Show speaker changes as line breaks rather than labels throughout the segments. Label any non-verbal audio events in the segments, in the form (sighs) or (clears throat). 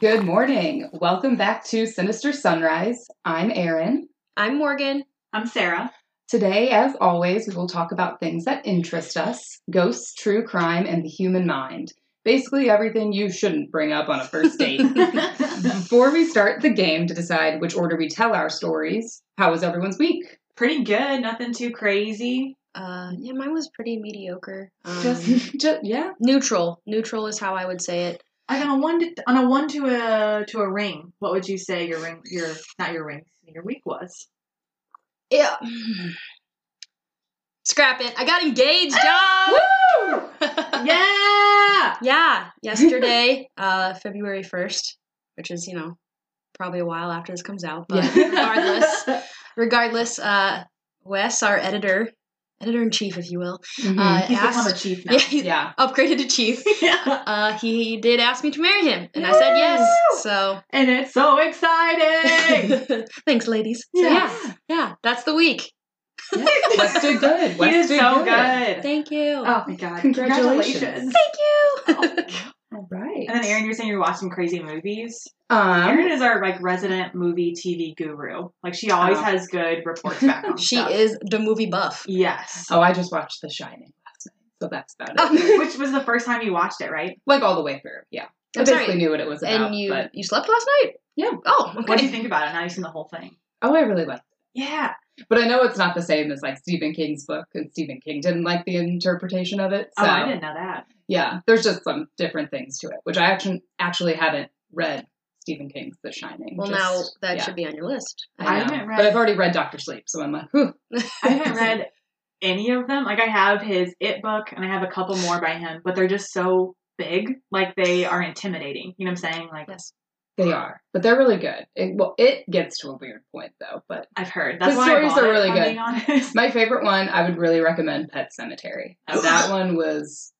Good morning. Welcome back to Sinister Sunrise. I'm Erin.
I'm Morgan.
I'm Sarah.
Today, as always, we will talk about things that interest us ghosts, true crime, and the human mind. Basically, everything you shouldn't bring up on a first
(laughs)
date. Before we start the game to decide which order we tell our stories, how was everyone's week?
(laughs) Pretty good. Nothing too crazy.
Uh, yeah, mine was pretty mediocre. Um,
Just, (laughs) just
(laughs)
yeah.
neutral. Neutral is how I would say it.
Like on a one to, on a one to a to a ring. What would you say your ring your not your ring your week (laughs) was?
Yeah. (sighs) Scrap it. I got engaged, y'all.
Woo!
Uh, Yeah.
yeah, yesterday, uh, February first, which is you know probably a while after this comes out, but
Yeah.
(laughs)
regardless, regardless, uh, Wes, our editor, editor in chief, if you will,
Mhm.
uh, (laughs)
He's become a
asked.
chief now.
Yeah, he
yeah.
upgraded to chief.
(laughs) Yeah.
Uh, he did ask me to marry him, and I said yes. So
And it's so (laughs) exciting.
(laughs) Thanks, ladies. So, yeah.
Yeah.
yeah, that's the week.
yeah. Wes did good. Wes
He is
did
so good.
Thank you.
Oh my god.
Congratulations.
Thank you.
(laughs) Congratulations.
All right.
and then Aaron, you're saying you're watching crazy movies. Erin
Um,
is our like resident movie TV guru. Like she always
Oh.
has good reports back (laughs)
(laughs)
on
she
stuff.
is the movie buff.
Yes.
oh, I just watched The Shining last night, so that's about it.
(laughs)
Which was the first time you watched it, right?
like all the way through. Yeah, I
I'm
basically
sorry.
knew what it was about.
and you
but,
you slept last night?
Yeah.
Oh,
What do you
okay.
think about it? Now you've seen the whole thing.
oh, I really liked.
Yeah.
It. But I know it's not the same as like Stephen King's book, and Stephen King didn't like the interpretation of it. So
oh, I didn't know that.
yeah, there's just some different things to it, which I actually actually haven't read Stephen King's The Shining.
Well,
just-
now that
yeah,
should be on your list.
I,
I
know.
haven't
but
read-
I've already read Doctor Sleep, so I'm like, whew.
I haven't (laughs) read any of them. Like I have his It book and I have a couple more by him, but they're just so big. Like they are intimidating. You know what I'm saying? Like
Yes.
They are, but they're really good. It, well, it gets to a weird point though, but
I've heard. That's
The
why
stories
I bought
are
it,
really
if I'm
good.
Being (laughs) honest.
My favorite one, I would really recommend Pet Cemetery. That one was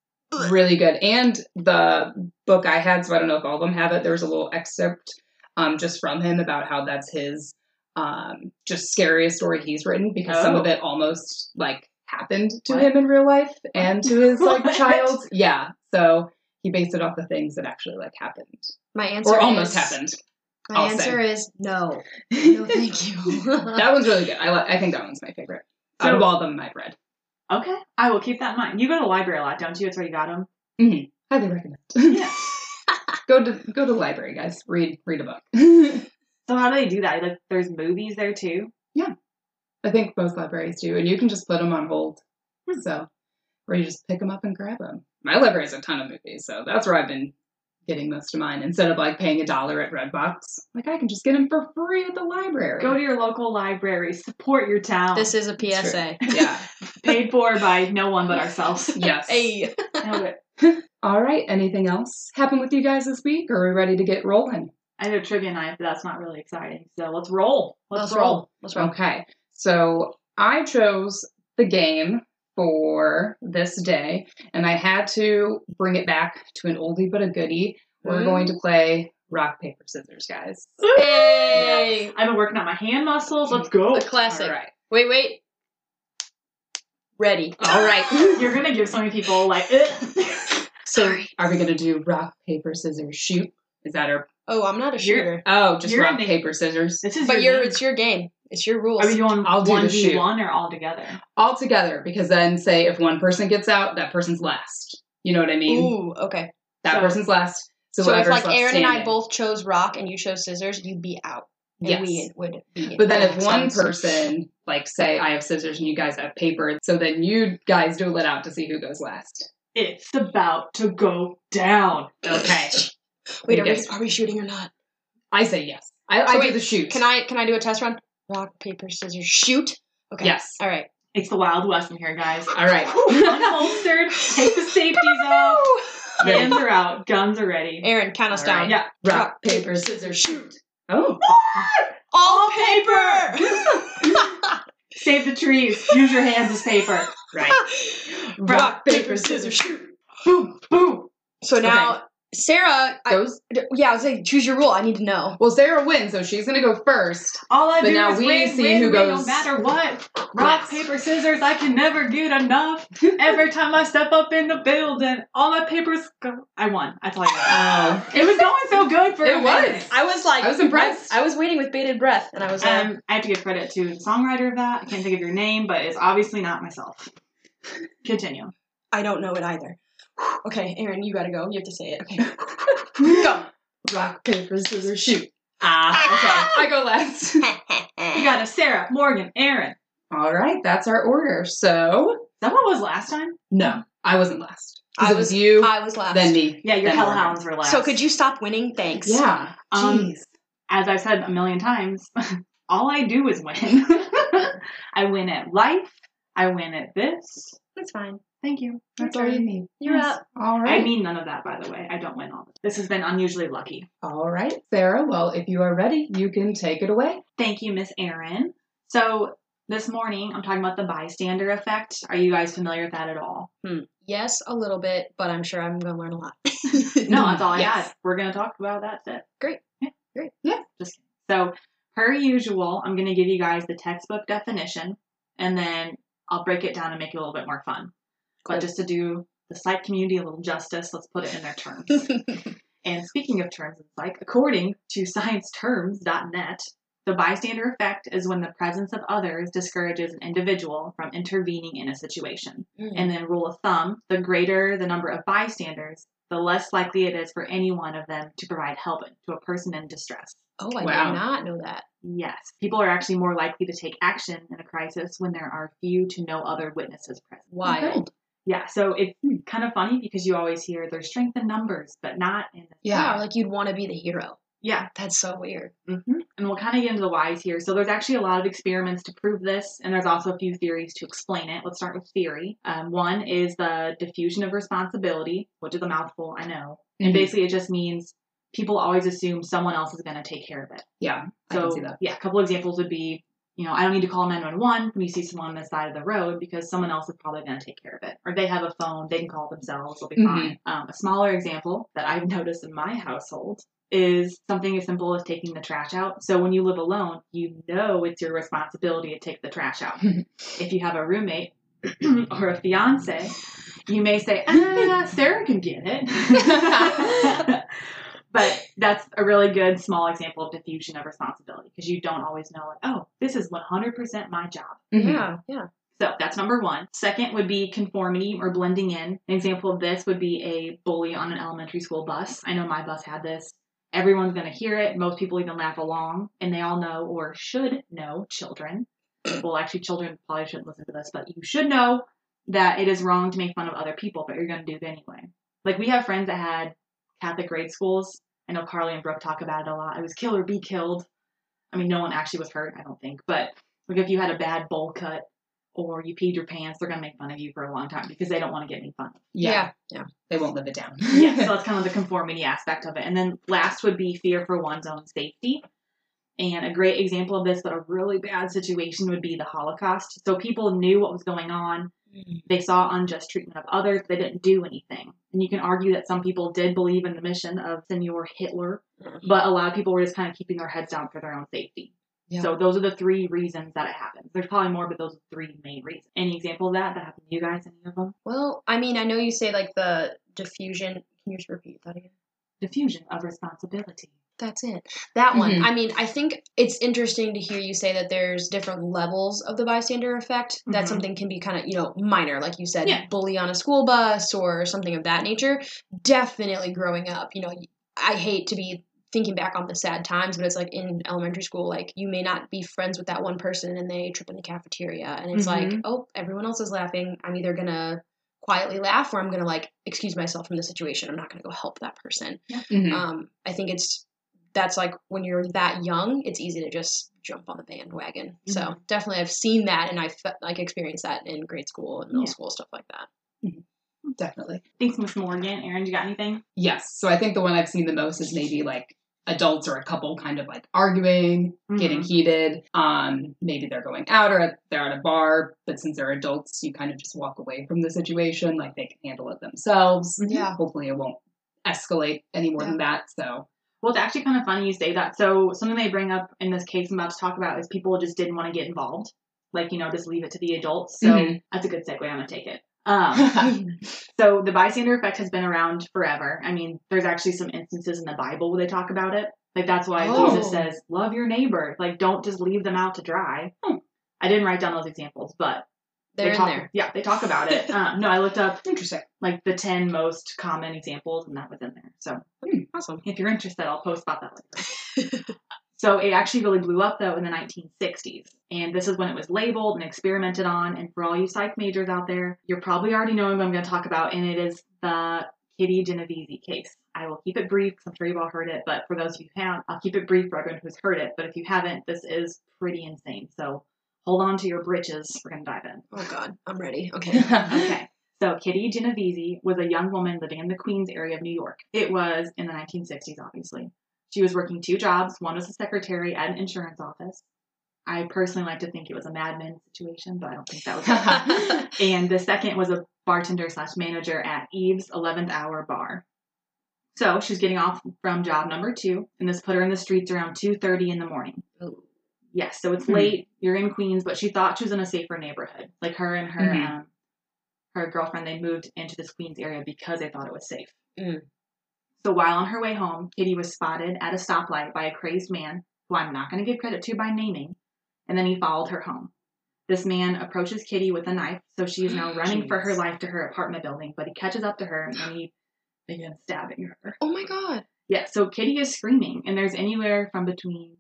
really good. And the book I had, so I don't know if all of them have it, there was a little excerpt um, just from him about how that's his um, just scariest story he's written because some of
Oh.
it almost like happened to
What?
him in real life and to his like
(laughs) What?
child. Yeah. So he based it off the things that actually like happened
My answer
or almost
is,
(laughs)
happened.
My
I'll
answer is no. No,
(laughs) that
thank (laughs) you.
one's really good. I, li- I think that one's my favorite. Out of
So-
all of them I've read.
Okay. I will keep that in mind. You go to the library a lot, don't you? That's where you got them.
Highly recommend.
Yeah.
(laughs) go to go to the library, guys. Read read a
(laughs)
book.
So how do they do that? Like there's movies there too.
I think most libraries do, and you can just put them on hold.
Hmm.
So, or you just pick them up and grab them. My library has a ton of movies, so that's where I've been getting most of mine. Instead of like paying a dollar at Redbox, like I can just get them for free at the library.
Go to your local library. Support your town.
this is a
It's true.
PSA.
(laughs) yeah.
paid for by no one but (laughs) ourselves.
Yes.
Hey.
Nailed it.
All right. Anything else happen with you guys this week? Or are we ready to get rolling?
I know trivia night, but that's not really exciting. So let's roll. Let's, roll.
Let's roll.
Okay. So I chose the game for this day, and I had to bring it back to an oldie but a goodie. We're
Mm.
going to play rock, paper, scissors, guys.
Hey.
I've been working on my hand muscles. Let's go.
A classic.
All right.
Wait, wait. Ready.
All right.
(laughs) You're gonna give so many people like.
(laughs)
eh.
So are we going to do rock, paper, scissors, shoot? Is that our.
Oh, I'm not a
You're-
shooter.
Oh, just
You're
rock,
the-
paper, scissors.
This is
But
your.
you're,
game.
it's your game. It's your rules.
Are we doing
I'll do the
one v one or all together?
All together, because then say if one person gets out, that person's last. You know what I mean?
Ooh, okay.
That
So-
person's last. So,
So if
whoever's
like
left
Aaron and I
standing-
both chose rock and you chose scissors, you'd be out. And
Yes.
we would be
But then
in the
if
next
one
round.
person, like say I have scissors and you guys have paper, so then you guys duel it out to see who goes last.
It's about to go down.
Okay.
Wait, are we,
Yes.
are we shooting or not?
I say yes. I,
So
I
wait,
do the shoot.
Can I can I do a test run? Rock, paper, scissors, shoot. Okay.
Yes.
All right.
It's the Wild West in here, guys.
All right.
Unholstered. Take the safeties
(laughs)
off.
Ready?
Hands are out. Guns are ready.
Aaron, count us
All right.
down.
Yeah.
Rock, paper, scissors, shoot.
(laughs)
Oh.
All paper.
(laughs)
Save the trees. Use your hands as paper.
Right.
Rock, paper, scissors,
shoot.
Boom. Boom.
so now Sarah, I,
Goes.
yeah, I was like, choose your rule. I need to know.
Well, Sarah wins, so she's gonna go first.
All I
But
do
now
is
we
win,
see
win,
who
win,
goes-
no matter what. Rock,
Yes.
paper, scissors. I can never
(laughs)
get enough. Every time I step up in the building, all my papers go. I won. I tell you. what.
Oh.
It was going so good
(laughs)
for
It
a
was.
minute. I was like,
I was impressed.
I, was waiting with bated breath, and I was like,
Um, I have to give credit to the songwriter of that. I can't think of your name, but it's obviously not myself. Continue.
I don't know it either. (sighs) Okay, Aaron, you gotta go. You have to say
(laughs)
it. Okay, go.
Rock, paper, scissors, shoot.
Ah,
I go last. (laughs)
okay. You got us Sarah, Morgan, Aaron.
All right, that's our order. So,
Someone was last time.
no, I wasn't last. 'Cause
I
it was, you,
I was last.
then me.
Yeah, your
then Morgan.
hellhounds were last.
So could you stop winning? Thanks.
Yeah.
Um,
Jeez.
as I've said a million times, (laughs) all I do is win. (laughs) I win at life. I win at this.
that's fine.
Thank you.
That's all you need.
You're
Yes.
up.
All
I
right.
mean none of that, by the way. I don't win all the time. This has been unusually lucky.
all right, Sarah. Well, if you are ready, you can take it away.
Thank you, Miss Erin. So this morning, I'm talking about the bystander effect. Are you guys familiar with that at all?
Yes, a little bit, but I'm sure I'm gonna learn a lot.
(laughs)
No, that's all I
Yes.
had. We're going to talk about that today.
Great.
Yeah.
Great.
Yeah.
Just so per usual, I'm going to give you guys the textbook definition, and then I'll break it down and make it a little bit more fun. But
Cool.
just to do the psych community a little justice, let's put it in their terms. and speaking of terms in psych, according to scienceterms.net, the bystander effect is when the presence of others discourages an individual from intervening in a situation. And then rule of thumb, the greater the number of bystanders, the less likely it is for any one of them to provide help to a person in distress.
oh, I
Wow.
did not know that.
Yes, people are actually more likely to take action in a crisis when there are few to no other witnesses present.
Wild.
Yeah, so it's kind of funny because you always hear there's strength in numbers, but not in.
Wow, like you'd want to be the hero.
Yeah,
That's so weird.
hmm And we'll kind of get into the whys here. So there's actually a lot of experiments to prove this, and there's also a few theories to explain it. Let's start with theory. Um, one is the diffusion of responsibility, which is a mouthful, I know.
Mhm.
And basically, it just means people always assume someone else is going to take care of it.
Yeah, I
So
can see that.
yeah, a couple examples would be, you know, I don't need to call 911 when you see someone on the side of the road because someone else is probably going to take care of it. Or they have a phone, they can call themselves, they'll be
Mhm.
fine. Um, a smaller example that I've (laughs) noticed in my household is something as simple as taking the trash out. So when you live alone, you know it's your responsibility to take the trash out. if you have a roommate (clears throat) or a fiance, you may say, ah, Sarah can get it. (laughs) but that's a really good small example of diffusion of responsibility because you don't always know, like, oh, this is 100% my job.
Mhm.
Yeah, yeah.
So that's number one. Second would be conformity or blending in. An example of this would be a bully on an elementary school bus. I know my bus had this. Everyone's going to hear it. Most people even laugh along, and they all know or should know children. well, actually, children probably shouldn't listen to this, but you should know that it is wrong to make fun of other people, but you're going to do it anyway. Like, we have friends that had Catholic grade schools. I know Carly and Brooke talk about it a lot. It was kill or be killed. I mean, no one actually was hurt, I don't think, but like if you had a bad bowl cut, or you peed your pants, they're gonna make fun of you for a long time because they don't want to get made fun of.
yeah,
Yeah.
They won't live it down.
Yeah,
(laughs)
so that's kind of the conformity aspect of it. And then last would be fear for one's own safety. And a great example of this, but a really bad situation would be the Holocaust. So people knew what was going on. They saw unjust treatment of others. They didn't do anything. And you can argue that some people did believe in the mission of Senor Hitler,
Mhm.
but a lot of people were just kind of keeping their heads down for their own safety.
Yeah.
So those are the three reasons that it happens. There's probably more, but those are three main reasons. Any example of that that happened to you guys? Any of them?
Well, I mean, I know you say like the diffusion. Can you just repeat that again?
Diffusion of responsibility.
That's it. That one.
Mhm.
I mean, I think it's interesting to hear you say that there's different levels of the bystander effect. That
Mhm.
something can be kind of, you know, minor, like you said,
Yeah.
bully on a school bus or something of that nature. Definitely growing up, you know, I hate to be thinking back on the sad times, but it's like in elementary school, like you may not be friends with that one person and they trip in the cafeteria. And it's like,
Mhm.
oh, everyone else is laughing. I'm either going to quietly laugh or I'm going to like excuse myself from the situation. I'm not going to go help that person.
Hmm.
Mhm.
Um, I think it's that's like when you're that young, it's easy to just jump on the bandwagon.
Mm-hmm.
So definitely, I've seen that and I've fe- like experienced that in grade school and middle
Yeah.
school stuff like that.
Definitely.
Thanks, Miss Morgan. Aaron, you got anything?
Yes. So I think the one I've seen the most is maybe like adults or a couple kind of like arguing, getting heated. Um, maybe they're going out or at, they're at a bar, but since they're adults, you kind of just walk away from the situation. Like they can handle it themselves.
Mhm.
Yeah.
Hopefully, it won't escalate any more than that. So
Well, it's actually kind of funny you say that. So something they bring up in this case I'm about to talk about is people just didn't want to get involved. Like, you know, just leave it to the adults. So
Mhm.
Mm-hmm.
that's a good segue. I'm going to take it. Um,
(laughs)
(laughs) so the bystander effect has been around forever. I mean, there's actually some instances in the Bible where they talk about it. Like that's why
Oh.
Jesus says, "Love your neighbor." Like, don't just leave them out to dry. Hmm. I didn't write down those examples, but
They're
they
in
talk.
there.
Yeah, they talk about
(laughs)
it. um, no, I looked up
Interesting.
like the ten most common examples, and that was in there. So
Awesome.
if you're interested, I'll post about that later. (laughs) so it actually really blew up though in the 1960s, and this is when it was labeled and experimented on. And for all you psych majors out there, you're probably already knowing what I'm going to talk about, and it is the Kitty Genovese case. I will keep it brief 'cause I'm sure you've all heard it, but for those who have, I'll keep it brief for everyone who's heard it. But if you haven't, this is pretty insane. So hold on to your britches. We're going to dive in.
Oh God, I'm ready.
(laughs)
(laughs)
Okay. (laughs)
okay.
Okay. So Kitty Genovese was a young woman living in the Queens area of New York. It was in the 1960s, obviously. She was working two jobs. One was a secretary at an insurance office. I personally like to think it was a madman situation, but I don't think that was
(laughs)
it. and the second was a bartender slash manager at Eve's 11th Hour Bar. So she was getting off from job number two, and this put her in the streets around 2.30 in the morning.
Ooh.
Yes, so it's
Hmm.
late. You're in Queens, but she thought she was in a safer neighborhood. Like her and her
Mhm.
um, her girlfriend, they moved into this Queens area because they thought it was safe.
Mm.
So while on her way home, Kitty was spotted at a stoplight by a crazed man who I'm not going to give credit to by naming, and then he followed her home. This man approaches Kitty with a knife, so she is
(gasps)
now running for her
Jeez.
life to her apartment building, but he catches up to her and he begins stabbing her.
oh my God.
Yeah, so Kitty is screaming, and there's anywhere from between.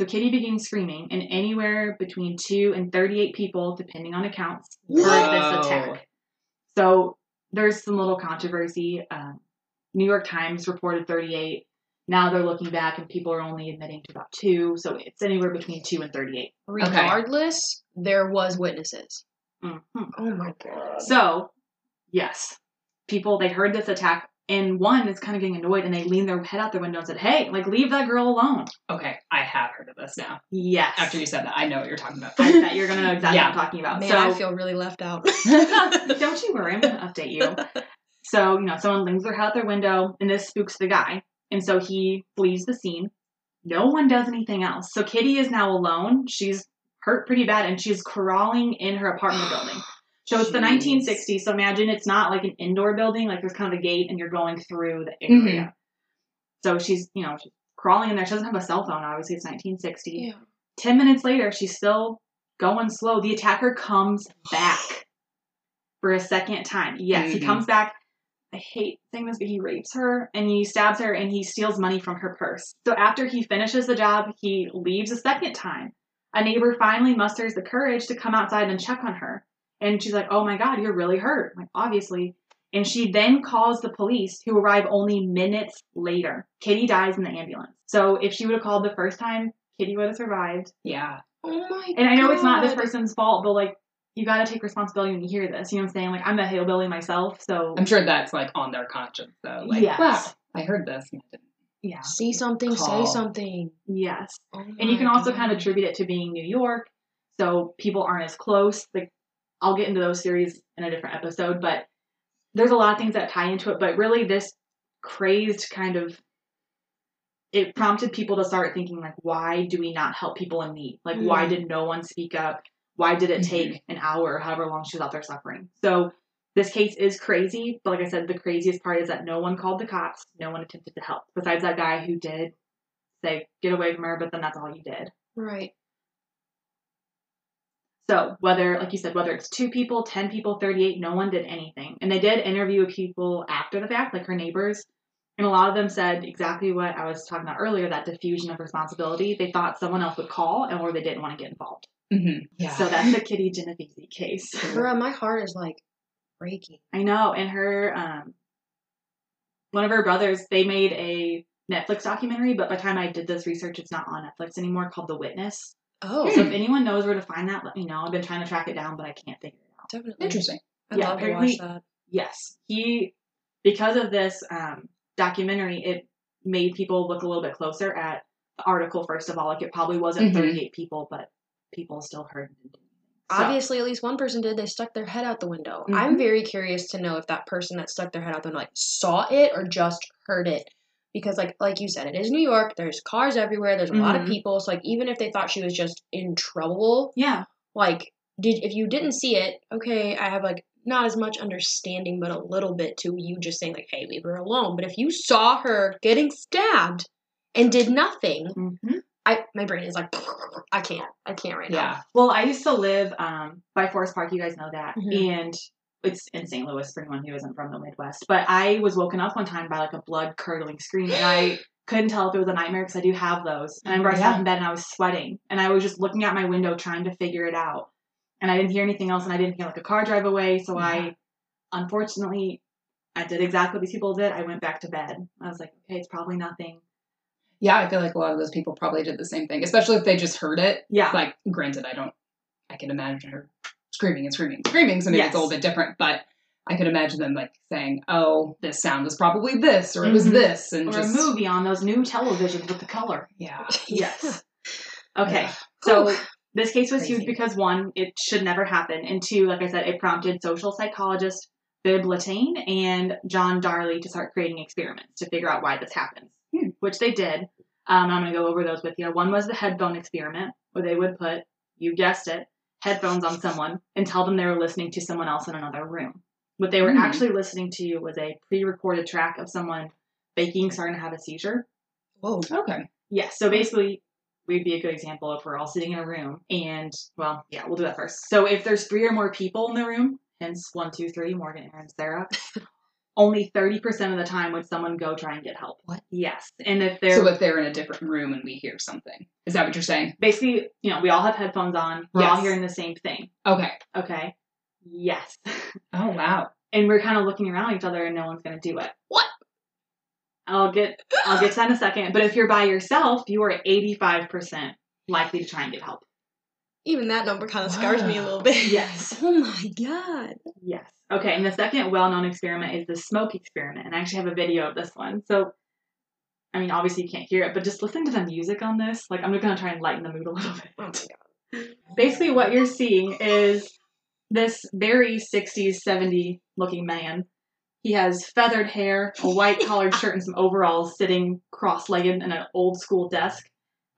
So Kitty begins screaming, and anywhere between 2 and 38 people, depending on accounts, heard
Whoa.
this attack. So there's some little controversy. Um, New York Times reported 38. Now they're looking back, and people are only admitting to about two. So it's anywhere between 2 and 38.
Regardless, there was witnesses.
Mhm.
Oh my God.
So, yes, people they heard this attack, and one is kind of getting annoyed, and they lean their head out their window and said, "Hey, like leave that girl alone."
Okay, I have heard of this now.
Yes.
After you said that, I know what you're talking
(laughs)
about.
I bet you're gonna know exactly
Yeah.
what I'm talking about.
Man,
so
I feel really left
(laughs)
out. (laughs)
don't you worry, I'm gonna update you. So, you know, someone leans their head out their window and this spooks the guy. And so he flees the scene. No one does anything else. So Kitty is now alone. She's hurt pretty bad and she's crawling in her apartment building. So it's the
Jeez.
1960s. So imagine it's not like an indoor building, like there's kind of a gate and you're going through the area. So she's, you know, she's crawling in there. She doesn't have a cell phone, obviously. It's 1960.
yeah.
10 minutes later, she's still going slow. The attacker comes back for a second time. Yes, he
Mhm.
comes back. I hate saying this, but he rapes her and he stabs her and he steals money from her purse. So after he finishes the job, he leaves a second time. A neighbor finally musters the courage to come outside and check on her. And she's like, Oh my God, you're really hurt. I'm like, obviously. And she then calls the police, who arrive only minutes later. Kitty dies in the ambulance. So if she would have called the first time, Kitty would have survived.
yeah.
Oh my.
And I know it's not this
God.
person's fault, but like you gotta take responsibility when you hear this. You know what I'm saying? Like I'm a hillbilly myself, so
I'm sure that's like on their conscience though. Like,
Yes.
wow, I heard this. And I didn't.
yeah,
See something,
Call.
say something.
yes.
Oh
And you
my
can also
God.
kind of attribute it to being New York, so people aren't as close. Like I'll get into those theories in a different episode, but there's a lot of things that tie into it. But really, this crazed kind of it prompted people to start thinking like, why do we not help people in need? Like, why
Mm.
did no one speak up? Why did it take an hour or however long she was out there suffering? So this case is crazy, but like I said, the craziest part is that no one called the cops, no one attempted to help, besides that guy who did say, get away from her, but then that's all you did.
Right.
So whether, like you said, whether it's two people, ten people, thirty-eight, no one did anything. And they did interview people after the fact, like her neighbors, and a lot of them said exactly what I was talking about earlier, that diffusion of responsibility. They thought someone else would call and or they didn't want to get involved.
Mhm. Yeah.
So that's the Kitty Genovese case.
Bruh, my heart is like breaking.
I know, and her um one of her brothers, they made a Netflix documentary, but by the time I did this research, it's not on Netflix anymore called The Witness.
Oh,
So if anyone knows where to find that, let me know. I've been trying to track it down, but I can't figure it out.
definitely.
interesting.
I'd
Yeah,
love to
apparently-
watch that.
Yes, he because of this um, documentary, it made people look a little bit closer at the article. First of all, like it probably wasn't
Mhm.
38 people, but people still heard. it. So,
Obviously, at least one person did. They stuck their head out the window. I'm very curious to know if that person that stuck their head out the window like saw it or just heard it. Because like like you said, it is New York. There's cars everywhere. There's a lot of
Mhm.
people. So like even if they thought she was just in trouble,
yeah,
like did if you didn't see it, okay, I have like not as much understanding, but a little bit to you just saying like, hey, leave her alone. But if you saw her getting stabbed and did nothing,
Mm-hmm.
I my brain is like, (laughs) I can't, I can't right now.
Yeah.
Well, I used to live um, by Forest Park. You guys know that,
Mhm.
Mm-hmm.
and it's in St. Louis for anyone who isn't from the Midwest. But I was woken up one time by like a blood curdling scream, and I couldn't tell if it was a nightmare because I do have those. And I remember I
Yeah.
sat in bed and I was sweating, and I was just looking out my window trying to figure it out, and I didn't hear anything else, and I didn't hear like a car drive away. So I, unfortunately, I did exactly what these people did. I went back to bed. I was like, okay, it's probably nothing.
Yeah, I feel like a lot of those people probably did the same thing, especially if they just heard it.
Yeah,
Like, granted, I don't, I can imagine her screaming and screaming and screaming, so maybe
Yes.
it's a little bit different, but I could imagine them like saying, oh, this sound was probably this, or it was
Mhm.
this, and
or
just.
a movie on those new televisions with the color.
Yeah.
Yes. (laughs) Okay.
Yeah.
So
Whew.
this case was huge
Crazy.
because one, it should never happen, and two, like I said, it prompted social psychologist Bib Latane and John Darley to start creating experiments to figure out why this happens,
Hmm.
which they did. Um, I'm going to go over those with you. One was the headphone experiment, where they would put, you guessed it, headphones on someone and tell them they were listening to someone else in another room. What they were
Hmm.
actually listening to was a pre-recorded track of someone faking starting to have a seizure.
(laughs) Whoa.
Okay.
Yeah, so basically, we'd be a good example if we're all sitting in a room and, well, yeah, we'll do that first. So if there's three or more people in the room, hence one, two, three, Morgan, Aaron, Sarah, only 30% of the time would someone go try and get help.
What?
Yes. And if they're
So if they're in a different room and we hear something, is that what you're saying?
basically, you know, we all have headphones on, we're all
Yes.
hearing the same thing.
Okay.
Okay. Yes. (laughs)
Oh wow.
and we're kind of looking around at each other and no one's going to do it.
What?
I'll get I'll get to that in a second. But if you're by yourself, you are 85% likely to try and get help.
Even that number kind of scares me a
Wow.
little bit.
Yes.
(laughs) Oh my god.
Yes. Okay, and the second well known experiment is the smoke experiment. And I actually have a video of this one. So, I mean, obviously you can't hear it, but just listen to the music on this. Like, I'm going to try and lighten the mood a little bit.
Oh my god.
Basically, what you're seeing is this very 60s, 70 looking man. He has feathered hair, a white collared shirt, and some overalls sitting cross legged in an old school desk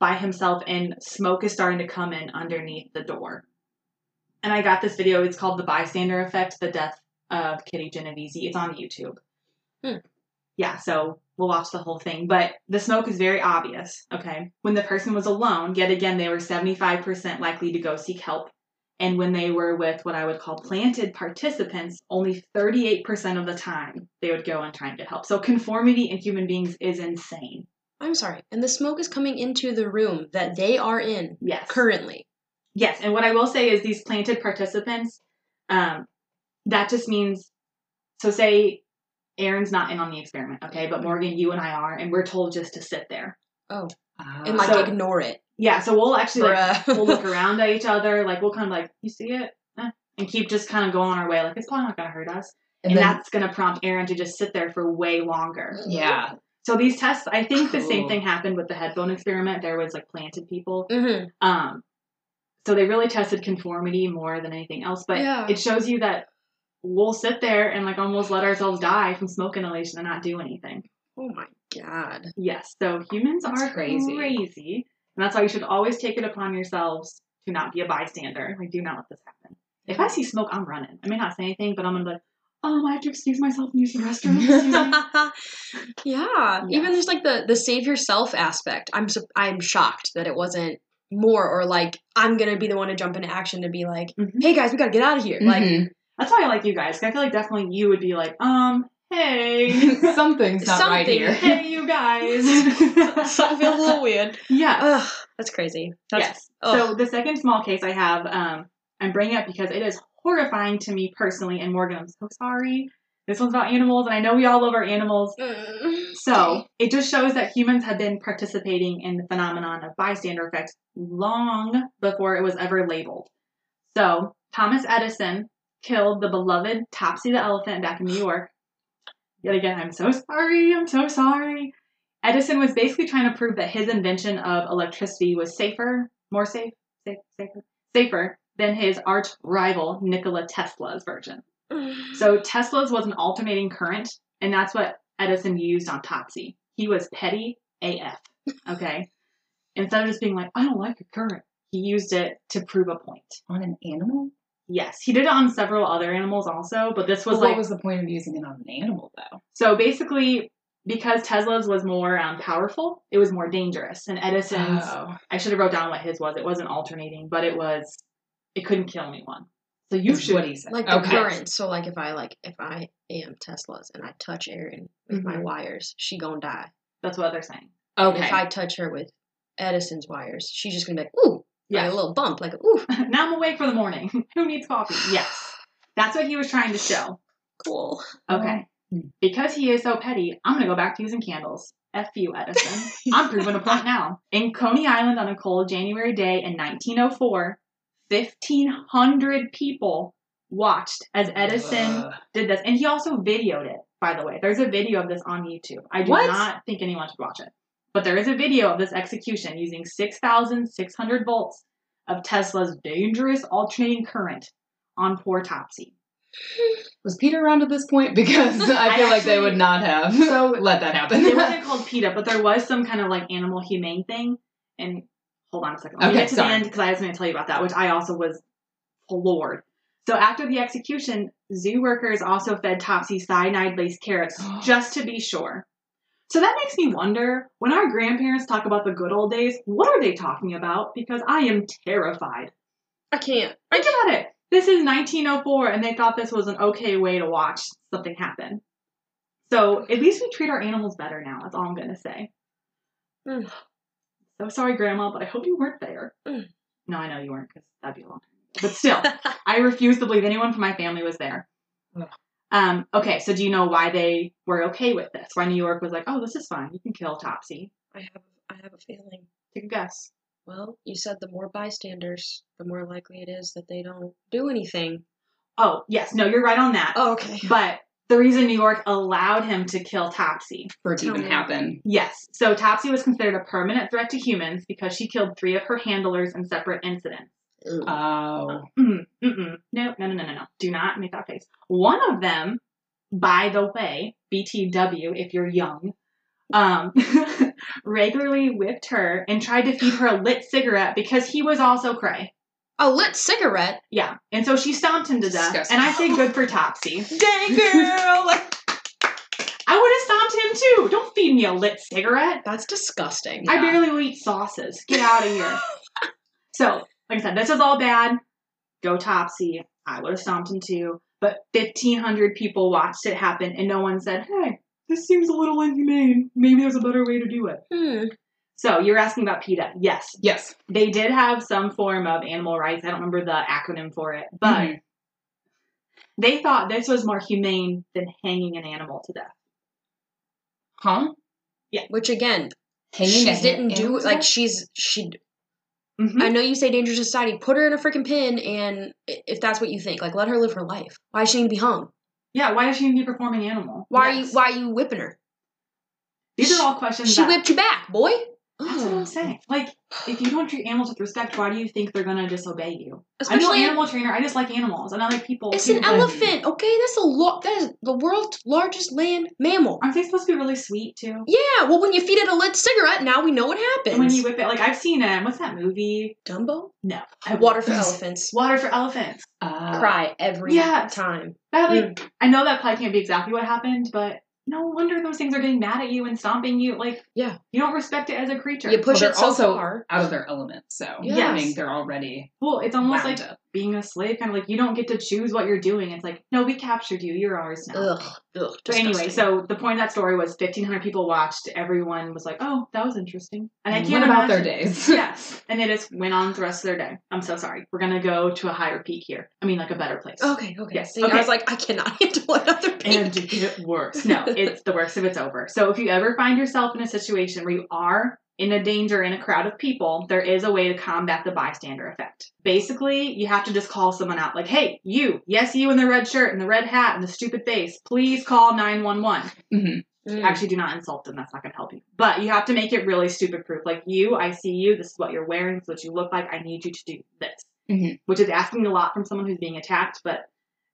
by himself, and smoke is starting to come in underneath the door. And I got this video. It's called The Bystander Effect The Death of Kitty Genovese. It's on YouTube.
Hmm.
Yeah, so we'll watch the whole thing. But the smoke is very obvious, okay? When the person was alone, yet again, they were 75% likely to go seek help and when they were with what I would call planted participants, only 38% of the time they would go and try and get help. So conformity in human beings is insane.
I'm sorry. And the smoke is coming into the room that they are in
Yes.
currently.
Yes. And what I will say is these planted participants, um, that just means, so say Aaron's not in on the experiment, okay, but Morgan, you and I are, and we're told just to sit there.
Oh,
Ah.
And like
So-
ignore it.
Yeah. So we'll actually like,
Bruh.
(laughs)
(laughs)
we'll look around at each other, like we'll kind of like, you see it? Eh, And keep just kind of going our way, like it's probably not going to hurt us.
and,
and
then,
that's going to prompt Aaron to just sit there for way longer.
yeah.
So these tests, I think the same
Cool.
thing happened with the headphone experiment. There was like planted people.
Mhm.
Um, so they really tested conformity more than anything else, but
Yeah.
it shows you that we'll sit there and like almost let ourselves die from smoke inhalation and not do anything.
Oh my
(laughs)
god. (laughs)
Yes. So humans
That's
are crazy.
crazy.
crazy. And that's why you should always take it upon yourselves to not be a bystander. Like, do not let this happen. If I see smoke, I'm running. I may not say anything, but I'm going to be like, um, I have to excuse myself and use the
(laughs)
restroom. Excuse me."
yeah. Even
Yes.
there's like the the save yourself aspect. I'm su- I'm shocked that it wasn't more or like I'm gonna be the one to jump into action to be like,
Mhm.
hey guys, we gotta get out of here. Like
Mhm.
That's why I like you guys. 'cause I feel like definitely you would be like, um,
(laughs)
hey,
(laughs) something's not right (laughs)
Something.
here.
hey,
(laughs)
you guys.
something feels a little weird.
(laughs) yeah.
(laughs) Ugh, that's crazy. That's,
yes.
ugh.
So the second small case I have, um, I'm bringing up because it is horrifying to me personally. And Morgan, I'm so sorry. This one's about animals, and I know we all love our animals.
Mm.
So it just shows that humans have been participating in the phenomenon of bystander effect long before it was ever labeled. So Thomas Edison killed the beloved Topsy the elephant back in New York. Yet again, I'm so sorry. I'm so sorry. Edison was basically trying to prove that his invention of electricity was safer, more safe, safe safer, safer than his arch rival Nikola Tesla's version.
Mm.
So Tesla's was an alternating current, and that's what Edison used on Topsy. He was petty AF. Okay. Instead of just being like, I don't like your current, He used it to prove a point.
on an animal?
Yes, he did it on several other animals also, but this was
Well,
like
what was the point of using it on an animal though?
so basically because Tesla's was more um, powerful, it was more dangerous, and Edison's
Oh.
I should have wrote down what his was. It wasn't alternating, but it was it couldn't kill anyone. So you
It's
should
what he said.
like the
okay.
current. So like if I like if I am Tesla's and I touch Aaron with my
Mhm.
wires, she gonna die.
That's what they're saying.
And
Okay.
If I touch her with Edison's wires, she's just gonna be like, ooh, yeah,
Yes.
a little bump, like (laughs) ooh,
(laughs) now I'm awake for the morning. (laughs) Who needs coffee? Yes. That's what he was trying to show.
(sighs) cool.
Okay.
Mm.
Because he is so petty, I'm going to go back to using candles. F you, Edison. I'm proving a
(laughs)
point now. In Coney Island on a cold January day in 1904, 1,500 people watched as Edison
Ugh.
did this. And he also videoed it, by the way. There's a video of this on YouTube. I do
What?
not think anyone should watch it. But there is a video of this execution using 6,600 volts of Tesla's dangerous alternating current on poor Topsy.
was Peter around at this point? (laughs) Because I feel like they
actually-
would not (laughs) have
So-
let that (laughs)
It
happen.
wasn't called PETA, but there was some kind of like animal humane thing. And hold on a second. Let me
Okay,
get to
sorry.
the end because I was going to tell you about that, which I also was floored. So after the execution, zoo workers also fed Topsy cyanide laced carrots
(gasps)
just to be sure. So that makes me wonder when our grandparents talk about the good old days, what are they talking about? Because I am terrified.
I (laughs) can't.
Think about it. This is 1904, and they thought this was an okay way to watch something happen. So at least we treat our animals better now. That's all I'm gonna say.
Mm.
So sorry, Grandma, but I hope you weren't there.
Mm.
No, I know you weren't, because that'd be a long time. But still, I refuse to believe anyone from my family was there.
Ugh.
Um, okay, so do you know why they were okay with this? Why New York was like, "Oh, this is fine. You can kill Topsy."
I have I have a feeling.
Take a guess.
Well, you said the more bystanders, the more likely it is that they don't do anything.
Oh, yes. No, you're right on that.
Oh, okay.
But the reason New York allowed him to kill Topsy
For it to
Tell
even
me.
happen.
Yes. So Topsy was considered a permanent threat to humans because she killed three of her handlers in separate incidents.
Oh.
Mm, mm-mm. No, no, no, no, no, no. Do not make that face. One of them, by the way, BTW, if you're young, um, (laughs) regularly whipped her and tried to feed her a lit cigarette because he was also cray.
a Oh, lit cigarette.
Yeah. And so she stomped him to death.
Disgusting.
And I say good for Topsy.
Dang girl, like
(laughs) I would have stomped him too. Don't feed me a lit cigarette.
(laughs) that's disgusting.
I
Yeah.
barely will eat sauces. Get out
(laughs)
of here. so, like I said, this is all bad. Go Topsy. I would have stomped him too. But 1,500 people watched it happen, and no one said, hey, this seems a little inhumane. Maybe there's a better way to do it.
Hmm.
So, you're asking about PETA. Yes,
Yes.
they did have some form of animal rights. I don't remember the acronym for it, but
Mm-hmm.
Mhm.
they thought this was more humane than hanging an animal to death.
Huh?
Which again,
Hanging
she
a
didn't
hand-
do
animal
it. Like
to
she's she.
Mhm.
I know you say dangerous to society. Put her in a freaking pin, and i- if that's what you think, like let her live her life. Why is she gonna be hung?
Yeah, why is she going to be performing animal?
Why are
Yes.
you Why are you whipping her?
These are all questions
She
that-
whipped you back, boy.
That's what
Oh. (gasps)
I'm saying. Like, if you don't treat animals with respect, why do you think they're gonna disobey you? I'm no
Especially
animal trainer. I just like animals, and I like people.
it's
too.
an elephant. Okay, that's a lot. That is the world's largest land mammal.
Aren't they supposed to be really sweet too?
Yeah. Well, when you feed it a lit cigarette, now we know what happens.
And when you whip it, like I've seen it. What's that movie?
(gasps) Dumbo.
No, I-
Water for
(laughs)
elephants.
Water for elephants.
Ah.
Cry every
Yeah.
time.
That like
Mm.
I know that probably can't be exactly what happened, but no wonder those things are getting mad at you and stomping you. Like,
Yeah.
you don't respect it as a creature.
You push
Well, they're
it so
also-
far.
Out of their element. So
Yes.
I mean they're already
well, it's almost
wound
like
up.
being a slave. Kind of like you don't get to choose what you're doing. It's like no, we captured you. You're ours now.
Ugh. Ugh.
But anyway,
disgusting.
so the point of that story was 1,500 people watched. Everyone was like, "Oh, that was interesting," and I
What
can't
about their
imagine- (laughs)
days?
yes, and they just went on with the rest of their day. I'm so sorry. We're gonna go to a higher peak here. I mean, like a better place.
Okay, okay.
Yes,
Thank-
okay.
I was like, I cannot (laughs) handle another
And
pink.
to get worse. No, it's the worst if it's over. So if you ever find yourself in a situation where you are in a danger in a crowd of people, there is a way to combat the bystander effect. Basically, you have to just call someone out, like, "Hey, you! Yes, you in the red shirt and the red hat and the stupid face. Please call 911."
Mhm.
Actually, do not insult them. That's not going to help you. But you have to make it really stupid proof. Like, you, I see you. This is what you're wearing. This is what you look like. I need you to do this.
Mhm.
Which is asking a lot from someone who's being attacked. But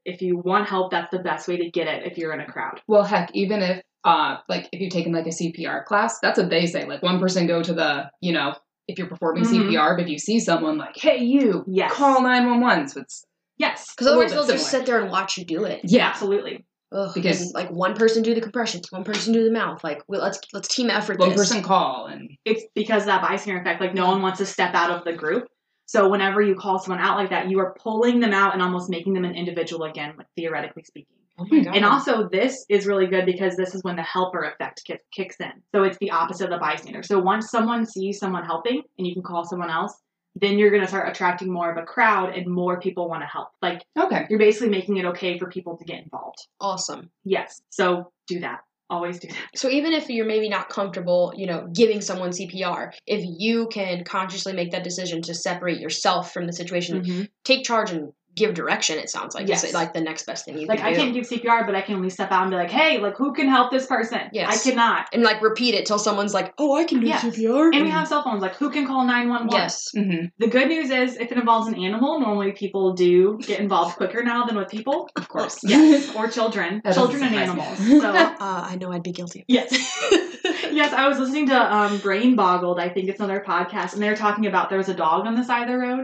if you want help, that's the best way to get it if you're in a crowd.
Well heck, even if uh like if you've taken like a CPR class, that's what they say. Like one person go to the, you know, if you're performing
Mhm.
CPR, but if you see someone like, hey, you,
Yes.
call 911. So it's,
Yes.
Because
A little
otherwise they'll
bit
just
similar.
sit there and watch you do it.
yeah.
Absolutely.
Ugh,
Because-
and, like one person do the compressions, one person do the mouth. Like we, let's let's team effort.
One
this.
person call and
It's because of that bystander effect. Like no one wants to step out of the group. So whenever you call someone out like that, you are pulling them out and almost making them an individual again, like theoretically speaking.
Oh my god.
(laughs) And also, this is really good because this is when the helper effect ki- kicks in. So it's the opposite of the bystander. So once someone sees someone helping and you can call someone else, then you're going to start attracting more of a crowd and more people want to help. Like,
okay.
you're basically making it okay for people to get involved.
awesome.
Yes. So do that. Always do that.
So even if you're maybe not comfortable, you know, giving someone CPR, if you can consciously make that decision to separate yourself from the situation, take charge and give direction. It sounds like
Mm-hmm. Yes.
it's like the next best thing you
Like,
can
I
do.
can't give CPR, but I can at least step out and be like, hey, like, who can help this person?
Yes.
I cannot.
and like repeat it till someone's like, "Oh, I can do
Yes.
CPR."
And we have cell phones. Like, who can call 911?
Mm-hmm. yes,
hmm
The good news is, if it involves an animal, normally people do get involved quicker now than with people.
Of
(laughs)
course.
Yes, or children,
That
children
doesn't
and
surprise
animals.
me.
So
(laughs) uh, I know I'd be guilty.
yes,
(laughs)
yes. I was listening to um, Brain Boggled. I think it's another podcast, and they were talking about there was a dog on the side of the road,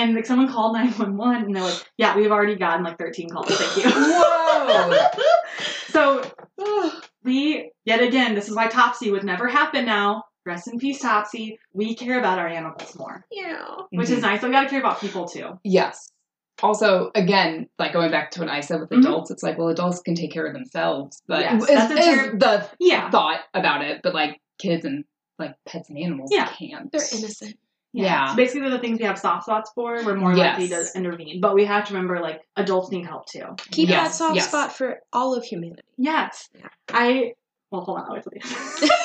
and like someone called nine one one, and they're like, "Yeah, we've already gotten like thirteen calls. Thank you."
(laughs)
(laughs)
Whoa.
so
(sighs)
we yet again, this is why Topsy would never happen now. Rest in peace, Topsy. We care about our animals more,
yeah.
which is nice. But we gotta care about people too.
Yes. Also, again, like going back to what I said with
Mhm.
adults, it's like, well, adults can take care of themselves, but
Yes,
is,
that's a
is
term-
the
Yeah,
thought about it. But like kids and like pets and animals
Yeah.
can't.
They're innocent.
Yeah.
So basically, they're the things we have soft spots for. We're more
Yes.
likely to intervene, but we have to remember like adults need help too.
Keep
Yes,
that soft
yes.
spot for all of humanity.
Yes.
Yeah.
I well hold on,
(laughs)
I'll wait till the end. (laughs)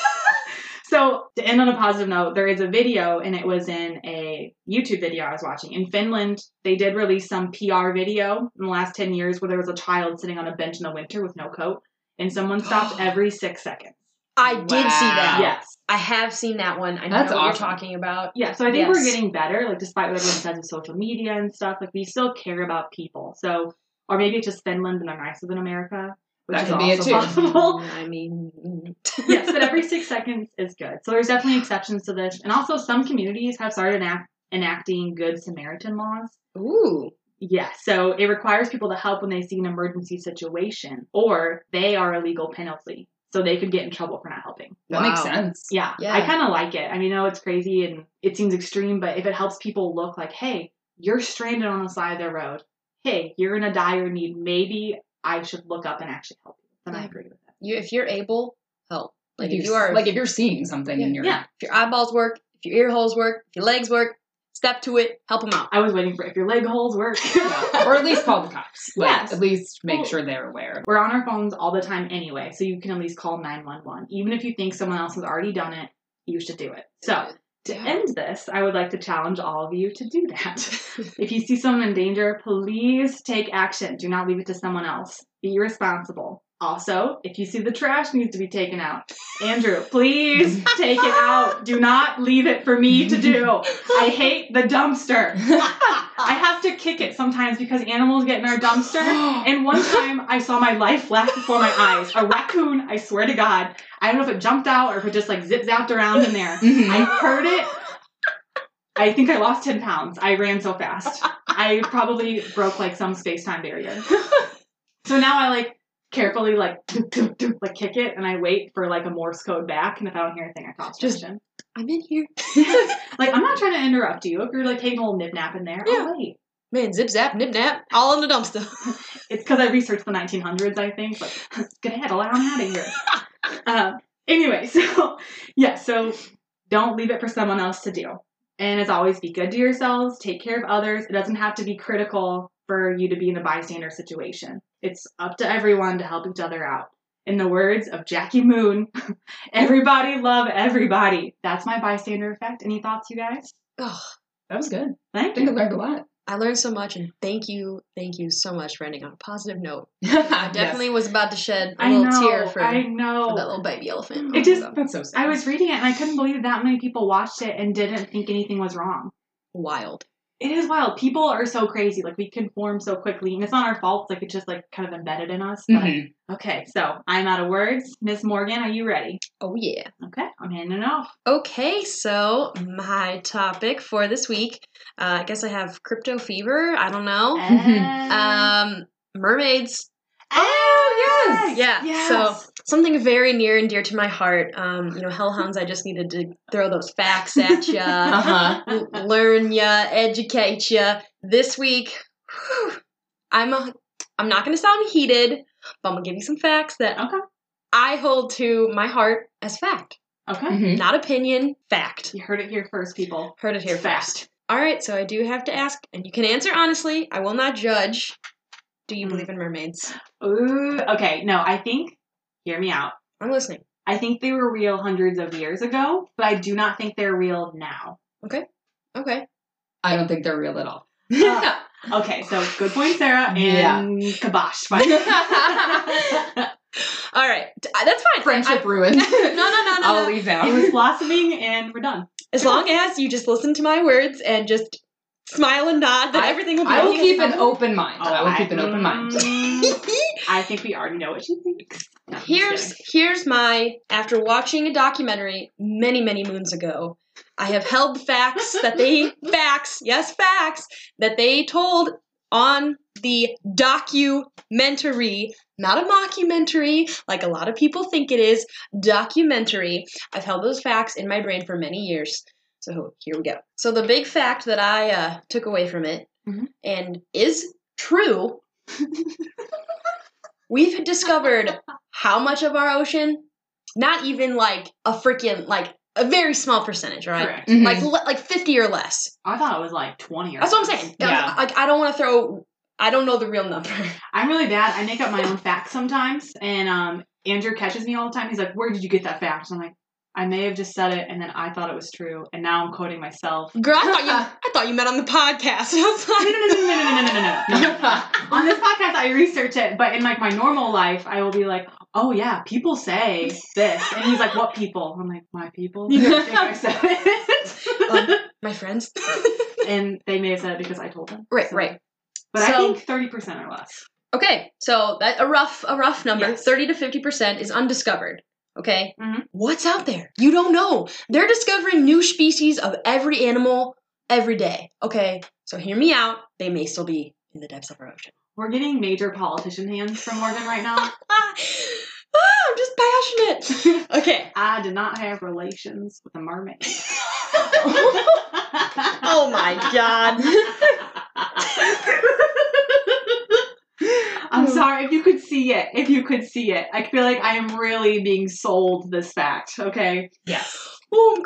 So to end on a positive note, there is a video and it was in a YouTube video I was watching. In Finland, they did release some PR video in the last ten years where there was a child sitting on a bench in the winter with no coat and someone
(gasps)
stopped every six seconds.
I did see that.
Wow.
Yes.
I have seen that one. I
That's
know what
awesome.
you're
(laughs)
talking about.
Yeah, so I think we're
Yes.
getting better, like despite what everyone says with social media and stuff, like we still care about people. So or maybe it's just Finland and they're nicer than America, which
That
is
could be it
also
too.
(laughs) possible.
Mm, (laughs) I mean, (laughs) mm.
yes, but every six seconds is good. So there's definitely exceptions to this. And also, some communities have started enact- enacting Good Samaritan laws.
ooh,
Yeah, so it requires people to help when they see an emergency situation or they are a legal penalty. So they could get in trouble for not helping.
That makes
Wow.
sense.
Yeah,
Yeah.
I kind of like it. I mean, I know it's crazy and it seems extreme, but if it helps people look like, hey, you're stranded on the side of the road. Hey, you're in a dire need. Maybe I should look up and actually help you. Then I agree with that.
you if you're able, help. Like if
you're-
you are,
like
like
if you're seeing something and you're
Yeah.
if your eyeballs work, if your ear holes work, if your legs work, step to it, help them out.
I was waiting for if your leg holes work.
(laughs)
(laughs)
Yeah. or at least call the
(laughs)
cops. Like
Yes.
at least make
Well-
sure they're
(gasps)
aware. (gasps)
We're on our phones all the time anyway, so you can at least call 911. Even if you think someone else has already done it, you should do it. So, to
Yeah.
end this, I would like to challenge all of you to do that. (laughs) if you see someone in danger, please take action. Do not leave it to someone else. Be responsible. Also, if you see the trash needs to be taken out, Andrew, please take it out. Do not leave it for me to do. I hate the dumpster. I have to kick it sometimes because animals get in our dumpster.
Mm-hmm.
And one time I saw my life flash before my eyes. A raccoon, I swear to God. I don't know if it jumped out or if it just like zip zapped around in there.
Mhm.
I heard it. I think I lost 10 pounds. I ran so fast. I probably broke like some space time barrier. so now I like carefully like doop, doop, doop, like kick it and I wait for like a Morse code back. And if I don't hear anything, I call
Just-
attention.
(laughs) I'm in
(laughs)
here.
Like, I'm not trying to interrupt you. If you're like taking a little nip nap in there,
Yeah.
I'll wait.
Man, zip zap, nip nap, all in the
(laughs)
dumpster.
It's because I researched the 1900s, I think. (laughs) Like, get ahead, allow them out
(laughs)
of here. uh, anyway, (laughs) so yeah, so don't leave it for someone else to do. And as always, be good to yourselves, take care of others. It doesn't have to be critical for you to be in a bystander situation. It's up to everyone to help each other out. In the words of Jackie Moon, (laughs) everybody love everybody. That's my bystander effect. Any thoughts, you guys?
Ugh.
That was good. I
Thank
think I
you.
learned a
(laughs)
lot.
I learned so much, and thank you, thank you so much for ending on a positive note. I
Yes.
definitely was about to shed a
I
little
know.
tear for,
I
for
know.
that little baby elephant. (laughs)
It just-
That's so sad.
I was reading it and I couldn't believe that many people watched it and didn't think anything was wrong.
Oh, wild.
it is wild. People are so crazy. Like we conform so quickly, and it's not our fault. Like it's just like kind of embedded in us. But,
Mhm.
Okay, so I'm out of words. Miss Morgan, are you ready?
Oh, yeah.
Okay, I'm handing it off.
Okay, so my topic for this week, uh, I guess I have crypto fever. I don't know.
Eh.
(laughs) Um, mermaids.
oh yes,
Yeah. So something very near and dear to my heart. Um, you know, hellhounds. I just needed to throw those facts at
(laughs)
ya,
Uh-huh.
learn ya, educate ya. This week, whew, I'm a, I'm not gonna sound heated, but I'm gonna give you some facts that
Okay.
I hold to my heart as fact,
Okay.
Mhm.
not opinion. Fact.
You heard it here first, people.
Heard it here
Fact.
first. All right, so I do have to ask, and you can answer honestly. I will not judge. Do
Hmm.
you
Mm.
believe in mermaids?
Ooh. Okay. No, I think. Hear me out.
I'm listening.
I think they were real hundreds of years ago, but I do not think they're real now.
Okay.
I don't think they're real at
(laughs)
all.
Uh, Okay, so good point, Sarah, and kabosh. (laughs) Bye.
All right. D- That's
(laughs)
fine.
Friendship ruined.
(laughs) no, no, no,
I'll
no.
leave
it
out.
was blossoming, and we're done.
As long as you just listen to my words and just smile and nod, that
I-
everything will be
(laughs) I will
okay.
keep an open mind. I will keep an open mind.
Oh,
mm, I think we already know what she thinks. No, I'm just
here's
kidding.
here's my after watching a documentary many many moons ago. I have held
(laughs)
facts that they facts yes facts that they told on the documentary, not a mockumentary like a lot of people think it is. Documentary. I've held those facts in my brain for many years. So here we go. So the big fact that I uh, took away from it
Mhm.
and is true. we've discovered how much of our ocean? Not even like a freaking like a very small percentage, all right?
(laughs)
correct.
(laughs)
Mhm.
Like le- like 50 or less.
I thought it was like twenty or.
That's what I'm
something.
saying.
Yeah.
Like I don't want to throw I don't know the real number. (laughs)
I'm really bad. I make up my own facts sometimes, and um, Andrew catches me all the time. He's like, "Where did you get that fact?" And I'm like, "I may have just said it, and then I thought it was true, and now I'm quoting myself." (laughs)
Girl, I thought you I thought you met on the podcast. (laughs) I was
No, no,
like,
(laughs) no, no, no, no, no, no, no, no, no.
(laughs)
On this podcast, I research it, but in like my normal life, I will be like, "Oh yeah, people say this," and he's like, "What people?" I'm like, "My people."
(laughs)
They don't think I said it.
my friends.
and they may have said it because I told them.
Right,
So-
right.
But I
So-
think thirty percent or less.
Okay, so that a rough a rough number,
Yes.
thirty to fifty percent is undiscovered. Okay,
Mhm.
what's out there? You don't know. They're discovering new species of every animal every day. Okay, so hear me out. They may still be in the depths of our ocean.
We're getting major politician hands from Morgan right now.
Ah, I'm just passionate. (laughs) Okay.
I did not have relations with a mermaid.
(laughs) Oh
(laughs)
my god. (laughs)
(laughs) I'm sorry if you could see it. If you could see it, I feel like I am really being sold this fact. Okay.
yes.
Oh, I'm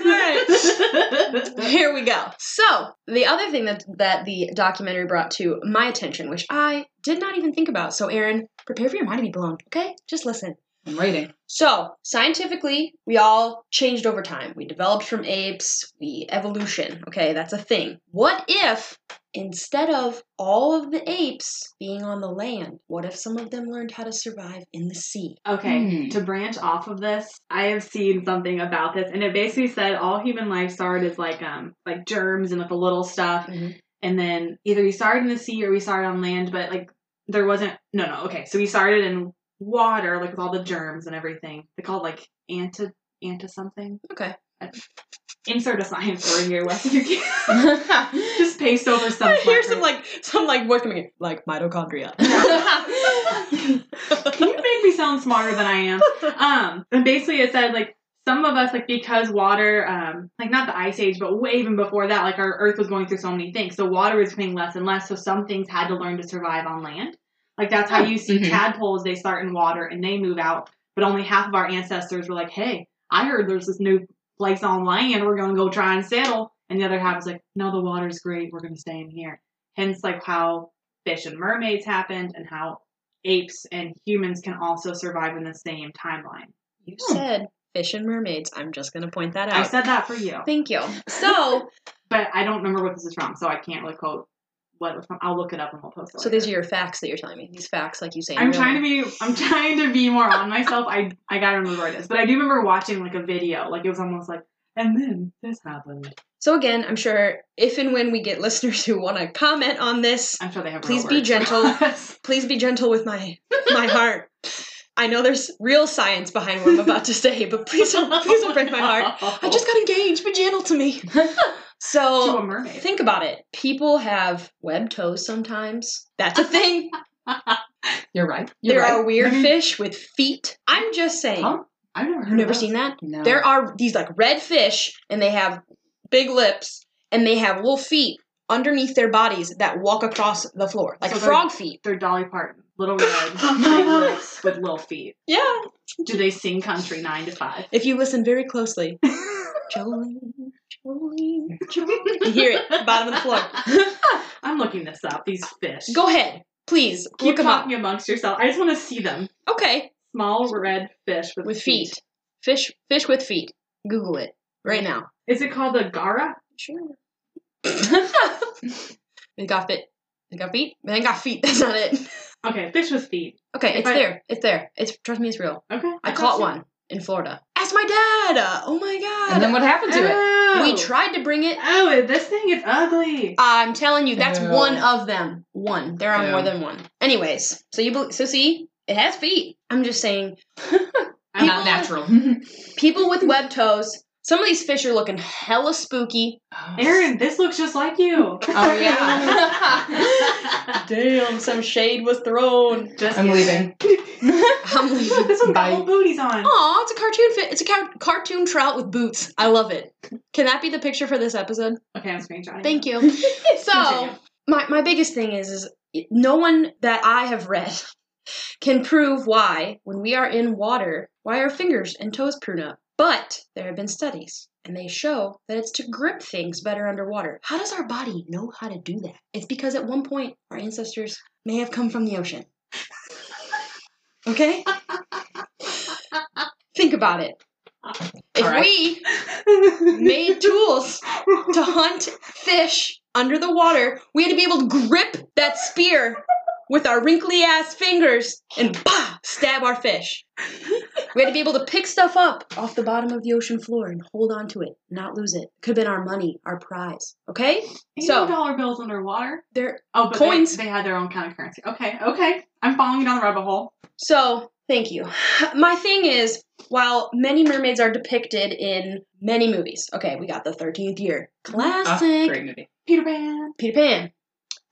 crying. All right.
(laughs)
Here we go. So the other thing that that the documentary brought to my attention, which I did not even think about. So Aaron, prepare for your mind to be blown. Okay, just listen.
I'm waiting.
So scientifically, we all changed over time. We developed from apes. We evolution. Okay, that's a thing. What if instead of all of the apes being on the land, what if some of them learned how to survive in the sea? (laughs)
Okay,
Hmm.
to branch off of this, I have seen something about this, and it basically said all human life started as like um like germs and like the little stuff,
Mhm.
and then either we started in the sea or we started on land, but like there wasn't no no okay, so we started in water like with all the germs and everything. They call it like anta anta something.
Okay.
Insert a science word here, Wes, if you can. (laughs)
I
Just paste over some.
I hear
flat
some
right-
like some like what's coming in, like mitochondria.
Can you make me sound smarter than I am? Um, and basically it said like some of us like because water, um, like not the ice age, but way even before that, like our Earth was going through so many things. So water was becoming less and less. So some things had to learn to survive on land. Like that's how you see
Mhm.
tadpoles. They start in water and they move out. But only half of our ancestors were like, "Hey, I heard there's this new place on land. We're gonna go try and settle." And the other half was like, "No, the water's great. We're gonna stay in here." Hence, like how fish and mermaids happened, and how apes and humans can also survive in the same timeline.
(laughs) You
Hmm.
said fish and mermaids. I'm just gonna point that out.
I said that for you,
Thank you. So,
but I don't remember what this is from, so I can't really quote what it was from. I'll look it up and we'll post it.
so these are your facts that you're telling me. These facts, like you say. in
I'm
real
trying to
life.
be I'm trying to be more on myself. I I gotta remember where it is. But I do remember watching like a video. Like it was almost like And then this happened.
So again, I'm sure if and when we get listeners who want to comment on this,
I'm sure they have.
Please
real
be
words. (laughs)
gentle. please be gentle with my my heart. I know there's real science behind what I'm about to say, but please don't please (laughs) don't break my heart.
(laughs)
I just got engaged. Be gentle to (laughs) me.
to a
So
mermaid.
think about it. People have web toes sometimes. That's a thing.
You're right. You're
there
right.
are weird
Mhm.
fish with feet. I'm just saying.
Huh? I've never heard.
You've never
of
seen that?
no.
There are these like red fish, and they have big lips, and they have little feet underneath their bodies that walk across the floor, like
So they're-
frog feet.
They're Dolly Parton,
(laughs)
little red, (laughs) big lips with little feet.
Yeah.
Do they sing country nine to five? (laughs)
If you listen very closely, Jolene, Jolene, Jolene, (laughs) you hear it at the bottom of the floor.
I'm looking this up. These fish.
Go ahead, please
Keep
look them up.
talking amongst yourself. I just want to see them.
Okay,
Small red fish with,
with feet, fish, fish with feet. Google it right now.
Is it called a gara?
Sure. (laughs) they got fit. They got feet. They ain't got feet. (laughs) That's not it.
Okay, fish with feet.
Okay,
If
it's
I-
there. It's there. It's trust me, it's real.
Okay.
I caught one in Fllorida. Ask my dad. Uh, Oh my god.
and then what happened to
(laughs)
it?
Oh.
We tried to bring it.
Oh, this thing is ugly.
I'm telling you, that's
Ew.
one of them. One. There are
Ew.
more than one. Anyways, so you bel- so see, it has feet. I'm just saying,
Not
I want-
natural. (laughs)
people with web toes. Some of these fish are looking hella spooky. (laughs)
Aaron, this looks just like you. (laughs)
(laughs) Oh (laughs) yeah.
Damn, some shade was thrown.
just
I'm leaving.
I'm
Look,
leaving.
this one got
Bye.
little booties on.
Aw, it's a cartoon fit. It's a car- cartoon trout with boots. I love it. Can that be the picture for this episode?
Okay, I'm screenshotting.
Thank you. So,
Continue.
my, my biggest thing is, is no one that I have read can prove why, when we are in water, why our fingers and toes prune up. But there have been studies, and they show that it's to grip things better underwater. How does our body know how to do that? It's because at one point our ancestors may have come from the ocean. Okay? Think about it. If
All right.
we
(laughs)
made tools to hunt fish under the water, we had to be able to grip that spear with our wrinkly ass fingers and bah, stab our fish. We had to be able to pick stuff up off the bottom of the ocean floor and hold on to it, not lose it. Could have been our money, our prize. Okay? So-
So dollar bills underwater.
There.
Oh, but
Coins.
They, they had their own kind of currency. Okay, okay. I'm following you down the rabbit hole.
So thank you. My thing is, while many mermaids are depicted in many movies, okay, we got the Thirteenth Year,
Ah,
classic,
great movie.
Peter Pan.
Peter Pan,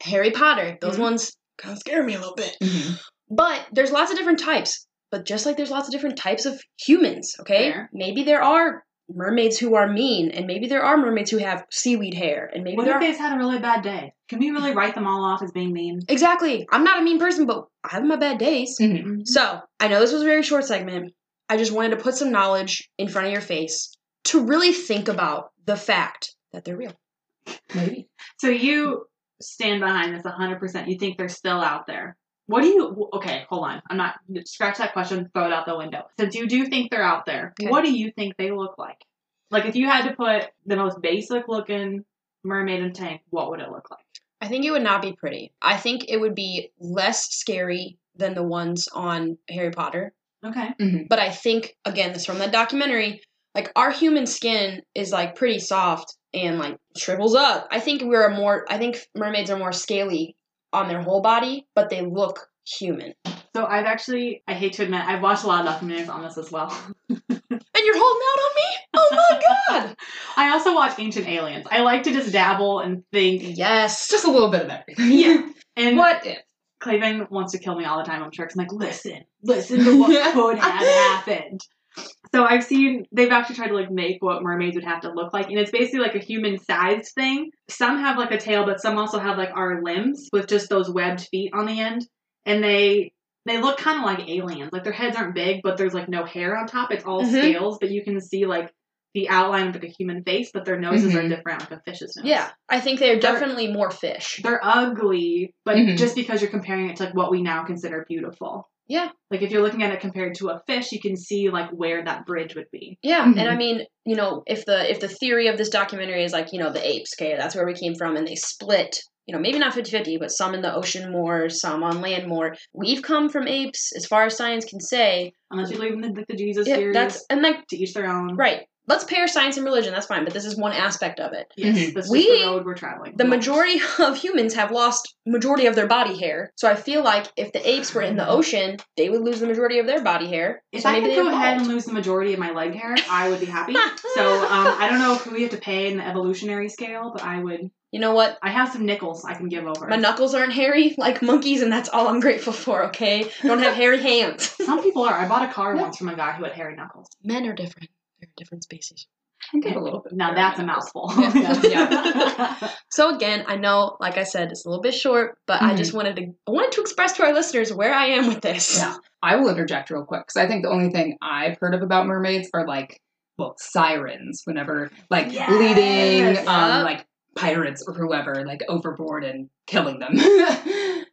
Harry Potter. Those
Mhm.
ones kind of Mm-hmm. scare me a little bit.
Mhm.
But there's lots of different types. But just like there's lots of different types of humans, okay?
Fair.
Maybe there are mermaids who are mean, and maybe there are mermaids who have seaweed hair, and maybe
What
there
if
are.
they've had a really bad day? Can we really write them all off as being mean?
Exactly. I'm not a mean person, but I have my bad days.
Mhm.
So I know this was a very short segment. I just wanted to put some knowledge in front of your face to really think about the fact that they're real.
Maybe.
So you stand behind this 100%. You think they're still out there. What do you, okay, hold on. I'm not, scratch that question, throw it out the window. Since you do think they're out there,
Okay.
what do you think they look like? Like, if you had to put the most basic looking mermaid in a tank, what would it look like?
I think it would not be pretty. I think it would be less scary than the ones on Harry Potter.
Okay.
But I think again, this from that documentary, like our human skin is like pretty soft and like shrivels up. I think we're a more I think mermaids are more scaly on their whole body, but they look human.
So I've actually, I hate to admit, I've watched a lot of documentaries on this as well.
And you're holding out on me? Oh my god.
I also watch Ancient Aliens. I like to just dabble and
(laughs)
think.
yes.
Just a little bit of everything. (laughs)
And
What if?
Clavin wants to kill me all the time. I'm sure 'cause I'm like, listen, listen to what could have happened. So I've seen they've actually tried to like make what mermaids would have to look like, and it's basically like a human-sized thing. Some have like a tail, but some also have like our limbs with just those webbed feet on the end, and they they look kind of like aliens. Like their heads aren't big, but there's like no hair on top. It's all
Mhm.
scales, but you can see like the outline of like a human face, but their noses are
Mhm.
different, like a fish's nose.
Yeah. I think they're
They're-
definitely more fish.
They're ugly, but
Mm-hmm.
Mhm.
just because you're comparing it to like what we now consider beautiful.
Yeah.
Like if you're looking at it compared to a fish, you can see like where that bridge would be.
Yeah, and I
Mm-hmm.
Mhm.
mean, you know, if the if the theory of this documentary is like, you know, the apes, okay, that's where we came from and they split, you know, maybe not 50-50, but some in the ocean more, some on land more. We've come from apes as far as science can say.
Unless you believe in the, the Jesus
Mm-hmm. Yeah,
series,
that's and like
to each their own.
right. let's pair science and religion. That's fine, but this is one aspect of it.
Yes,
Mhm.
that's
Mm-hmm.
just
We-
the road we're traveling.
The majority (laughs) of humans have lost majority of their body hair, so I feel like if the apes were in the ocean, they would lose the majority of their body hair.
Mm-hmm. If
so
I
maybe
could
they
go ahead and
evolved.
lose the majority of my leg
(laughs)
hair, I would be happy. so um, I don't know if we have to pay in the evolutionary scale, but I would.
you know what?
I have some nickels I can give over.
My knuckles aren't hairy like monkeys, and that's all I'm grateful for. Okay, don't have hairy hands. (laughs)
some people are. I bought a car once from a guy who had hairy knuckles.
Men are different. They're a different species.
A little bit.
Now that's a mouthful.
Yeah, (laughs)
(laughs)
yeah.
So again, I know, like I said, it's a little bit short, but I just wanted to I wanted to express to our listeners where I am with this.
Yeah. I will interject real quick because I think the only thing I've heard of about mermaids are like, well, sirens. Whenever like
Yes.
leading, um,
Yup.
like pirates or whoever, like overboard and killing them. (laughs)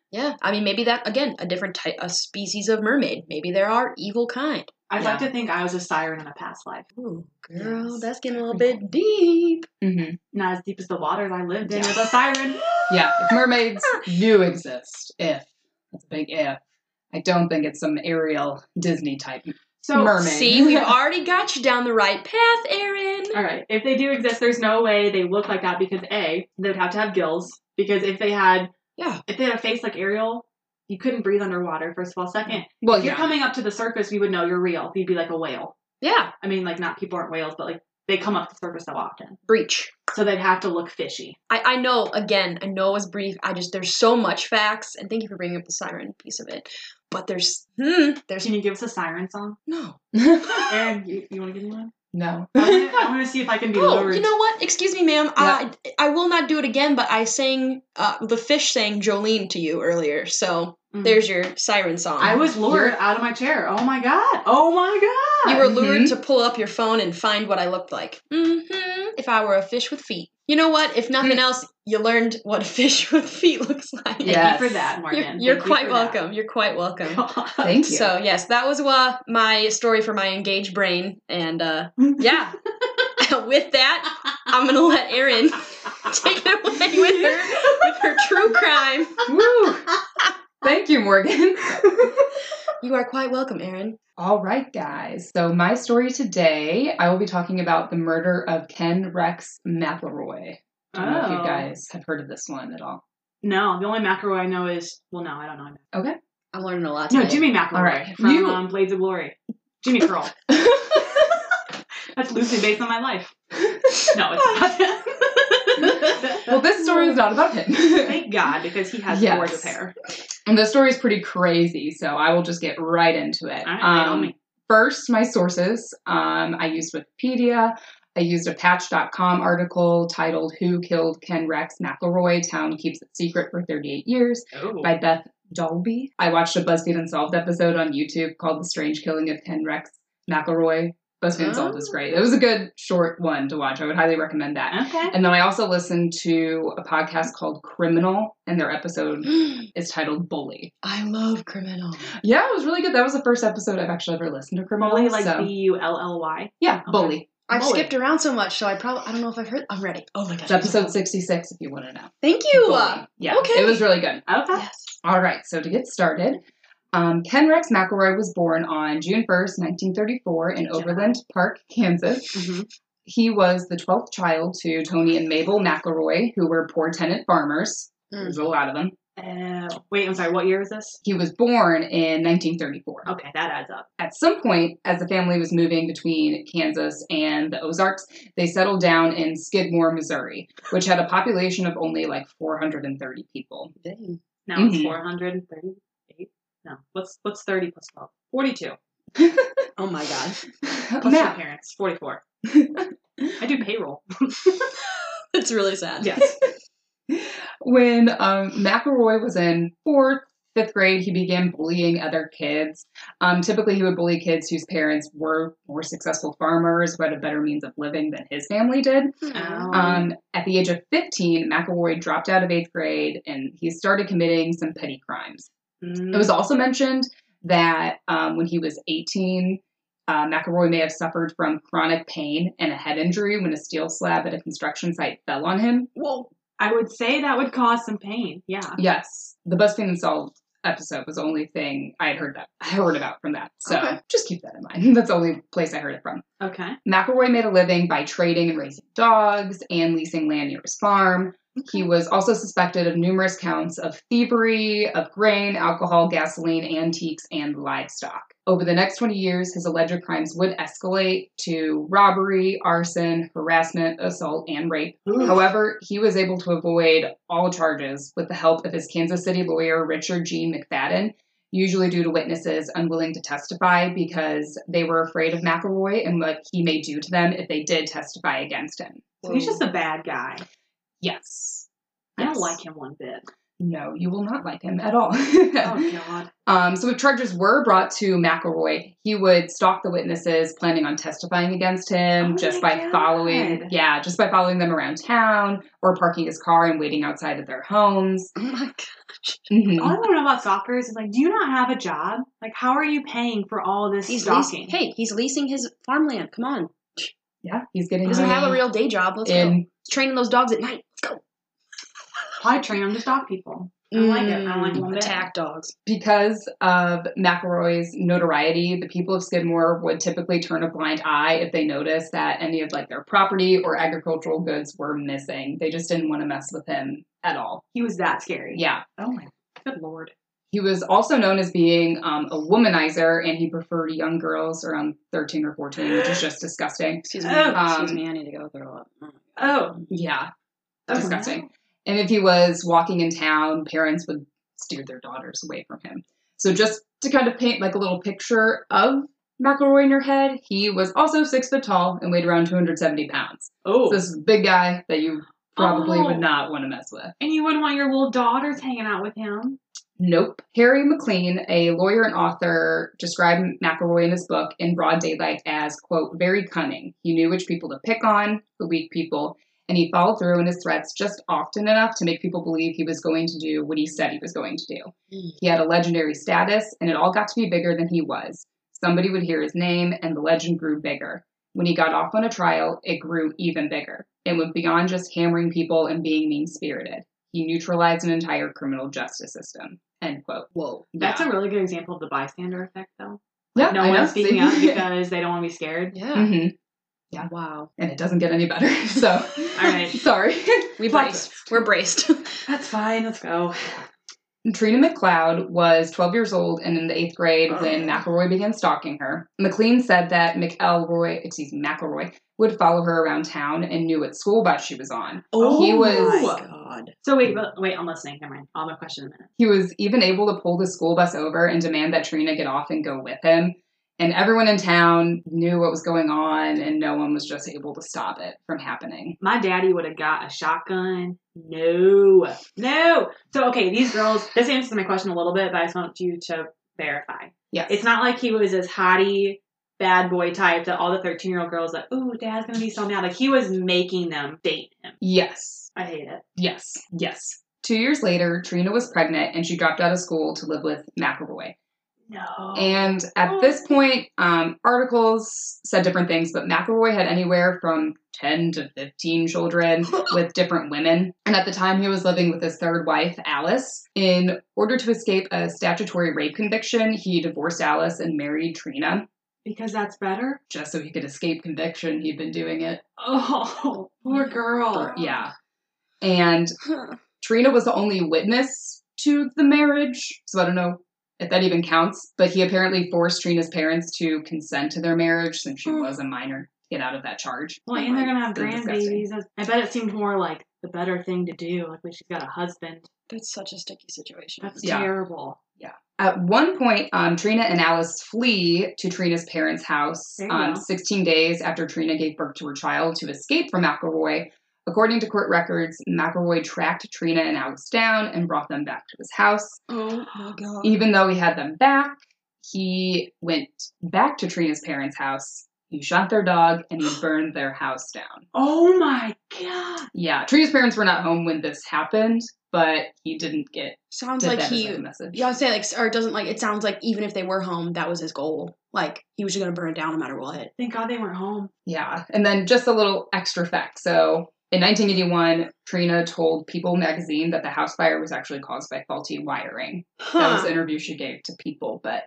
Mm-hmm.
Yeah, I mean, maybe that again a different type, a species of mermaid. Maybe there are evil kind.
I'd like
Yeah.
to think I was a siren in a past life.
Ooh, girl,
Yes.
that's getting a little bit deep.
hmm
Not as deep as the waters I lived in
Yeah.
as a siren.
Yeah, if
(laughs)
mermaids do exist, if that's a big if. I don't think it's some aerial Disney type
So
mermaid.
See, (laughs) we've already got you down the right path, Erin.
All right. If they do exist, there's no way they look like that because a they would have to have gills because if they had
Yeah.
if they had a face like Ariel, you couldn't breathe underwater. First of all, second,
well,
if you're
yeah.
coming up to the surface, we would know you're real. You'd be like a whale.
Yeah,
I mean, like not people aren't whales, but like they come up to the surface so often,
breach.
so they'd have to look fishy.
I, I know, again, I know it was brief. I just, there's so much facts, and thank you for bringing up the siren piece of it. But there's, hmm, there's
Can you give us a siren song? (laughs)
no.
Aaron, you, you want to give me one? (laughs)
no.
I'm gonna, I'm gonna see if I can be
Oh,
lured.
you know what? Excuse me, ma'am. I, I will not do it again, but I sang, uh, the fish sang Jolene to you earlier, so
Mm.
there's your siren song.
I was lured out of my chair. Oh my god. Oh my god.
You were
Mhm.
lured
hmm.
to pull up your phone and find what I looked like. hmm If I were a fish with feet. You know what? If nothing
Hmm.
Mm.
else, you learned what a (laughs) fish with feet looks like.
Thank
Yes.
you for that,
You're,
Morgan.
you're
Thank you
quite
for (laughs)
welcome. You're quite welcome.
that.
Thank you.
So yes, that was uh, my story for my engaged brain, and uh, (laughs) yeah. with that, I'm gonna let Erin (laughs) take it away with her with her true crime.
(laughs) Woo! Thank you, Morgan. (laughs)
You are quite welcome, Erin.
All right, guys. So, my story today, I will be talking about the murder of Ken Rex McElroy. I don't know if you
Oh.
guys have heard of this one at all. (laughs)
No, the only McElroy I know is well, no, I don't know.
I'm learning a lot.
No,
today.
Jimmy McElroy
All right.
from
You-
um, Blades of Glory. Jimmy Curl. That's loosely based on my
(laughs)
life. No, it's not.
Well,
(laughs)
this story is not about him. (laughs)
Thank God, because he has
Yes.
gorgeous hair.
and the story is pretty crazy, so I will just get right into it.
All right,
Um,
on me.
first my sources um, i used wikipedia i used a patch.com article titled who killed ken rex mcelroy town keeps it secret for 38 years
Oh.
by beth dolby i watched a buzzfeed unsolved episode on youtube called the strange killing of ken rex mcelroy buzzfeed unsolved is great it was a good short one to watch i would highly recommend that
okay.
and then i also listened to a podcast called criminal and their episode is titled bully
(gasps) I love criminal.
yeah it was really good that was the first episode i've actually ever listened to criminal
Molly like
so-
B U L L Y.
yeah bully
I've
Bully.
skipped around so much, so I probably I don't know if I've heard. I'm ready. Oh my gosh,
It's episode 66 if you want to know.
Thank you. uh,
Bully. Yeah,
okay.
it was really good.
Okay.
Yes.
All right, so to get started, um, Ken Rex McElroy was born on June 1st, 1934, in Overland Park, Kansas.
hmm
He was the 12th child to Tony and Mabel McElroy, who were poor tenant farmers.
Hmm.
There's a lot of them.
Uh, wait, I'm sorry. What year is this?
He was born in 1934.
Okay, that adds up.
At some point, as the family was moving between Kansas and the Ozarks, they settled down in Skidmore, Missouri, which had a population of only like 430 people.
Dang.
Now
Mhm.
it's 438. No, what's what's 30 plus 12? 42.
Oh my god.
(laughs)
Plus your parents, 44. I do payroll.
(laughs) It's really sad.
Yes. (laughs)
when um, McElroy was in fourth, fifth grade, he began bullying other kids. Um, typically, he would bully kids whose parents were more successful farmers who had a better means of living than his family did.
Oh.
Aw.
Um, at the age of 15, McElroy dropped out of eighth grade and he started committing some petty crimes.
Mm.
It was also mentioned that um, when he was 18, uh, McElroy may have suffered from chronic pain and a head injury when a steel slab at a construction site fell on him.
Well, I would say that would cause some pain. Yeah.
Yes, the BuzzFeed Unsolved episode was the only thing I had heard that I heard about from that. So
Okay.
just keep that in mind. (laughs) That's the only place I heard it from.
Okay.
McElroy made a living by trading and raising dogs and leasing land near his farm. He was also suspected of numerous counts of thievery, of grain, alcohol, gasoline, antiques, and livestock. Over the next 20 years, his alleged crimes would escalate to robbery, arson, harassment, assault, and rape. However, he was able to avoid all charges with the help of his Kansas City lawyer, Richard Gene McFadden, usually due to witnesses unwilling to testify because they were afraid of McElroy and what he may do to them if they did testify against him.
So he's just a bad guy.
Yes.
I don't
Yes.
like him one
(laughs)
bit.
No, you will not like him at all. (laughs)
Oh God.
Um, so if charges were brought to McElroy, he would stalk the witnesses planning on testifying against him
Oh
just
my
by following
God.
yeah, just by following them around town or parking his car and waiting outside of their homes.
Oh my God.
Mhm.
Oh.
All I want to know about stalkers is like, do you not have a job? Like, how are you paying for all this
He's
stalking?
leasing. Hey, he's leasing his farmland. Come on,
Yeah, he's getting
he doesn't have a
money
real day job. Let's go.
in
He's training those dogs at night. Let's go.
Probably train them to stalk people. I like it. I like
Mm,
it a bit.
attack dogs.
because of McElroy's notoriety, the people of Skidmore would typically turn a blind eye if they noticed that any of like their property or agricultural goods were missing. They just didn't want to mess with him at all.
He was that scary.
Yeah.
Oh my. Good lord.
He was also known as being um, a womanizer, and he preferred young girls around 13 or 14, which is just disgusting.
Excuse me.
Oh,
Excuse
um,
me. I need to go throw up. Mm.
Oh.
Yeah,
oh,
disgusting.
no.
And if he was walking in town, parents would steer their daughters away from him. So just to kind of paint like a little picture of McElroy in your head, he was also six foot tall and weighed around 270 pounds.
Oh.
So this is a big guy that you probably
Oh.
would not want to mess with.
and you wouldn't want your little daughters hanging out with him.
Nope. Harry McLean, a lawyer and author, described McElroy in his book in broad daylight as, quote, very cunning. He knew which people to pick on, the weak people, and he followed through in his threats just often enough to make people believe he was going to do what he said he was going to do. He had a legendary status, and it all got to be bigger than he was. Somebody would hear his name, and the legend grew bigger. When he got off on a trial, it grew even bigger. It went beyond just hammering people and being mean spirited. He neutralized an entire criminal justice system. End quote.
Whoa.
That's
Yeah.
a really good example of the bystander effect,
(laughs)
though.
yeah,
No
I know,
one's speaking
see? (laughs)
up because they don't want to be scared.
Yeah.
Mhm. Yeah.
Wow.
And it doesn't get any better. (laughs) So,
All
(laughs)
right.
sorry.
We
Lots
braced. We're braced. (laughs)
That's fine. Let's go.
Trina McLeod was 12 years old and in the eighth grade when
Oh.
McElroy began stalking her. McLean said that McElroy, excuse me, McElroy, would follow her around town and knew what school bus she was on.
Oh
He was-
my
(laughs) God.
So wait, but- wait. I'm listening. Never mind. I'll have a question in a minute.
He was even able to pull the school bus over and demand that Trina get off and go with him. And everyone in town knew what was going on, and no one was just able to stop it from happening.
My daddy would have got a shotgun. No, no. So okay, these girls. This answers my question a little bit, but I just want you to verify.
Yes.
It's not like he was this hottie bad boy type that all the 13 year old girls like, ooh, dad's gonna be so mad. Like he was making them date him.
yes.
I hate it.
Yes, yes. Two years later, Trina was pregnant and she dropped out of school to live with McElroy.
No.
And at this point, um, articles said different things, but McElroy had anywhere from 10 to 15 children with different women. And at the time, he was living with his third wife, Alice. In order to escape a statutory rape conviction, he divorced Alice and married Trina.
because that's better.
Just so he could escape conviction, he'd been doing it.
Oh, (laughs) poor girl.
for- yeah. And Trina was the only witness to the marriage, so I don't know if that even counts, but he apparently forced Trina's parents to consent to their marriage since she
Mm.
was a minor to get out of that charge.
Hmm. Well, and they're gonna have
So
grandbabies. I bet it seemed more like the better thing to do. Like when she's got a husband.
That's such a sticky situation.
That's
Yeah.
terrible.
At one point, um, Trina and Alice flee to Trina's parents' house
There you
um,
go.
16 days after Trina gave birth to her child to escape from McElroy. According to court records, McElroy tracked Trina and Alice down and brought them back to his house.
oh my God.
even though he had them back, he went back to Trina's parents' house. He shot their dog and he burned their house down.
Oh my god.
Yeah, Trina's parents were not home when this happened, but he didn't get
Sounds
did
like
that as
he.
a message.
Yeah, I would say like, or it doesn't like. It sounds like even if they were home, that was his goal. Like he was just gonna burn it down no matter what.
Thank God they weren't home.
Yeah, and then just a little extra fact. So In 1981, Trina told People magazine that the house fire was actually caused by faulty wiring. That was
Huh.
the interview she gave to People, but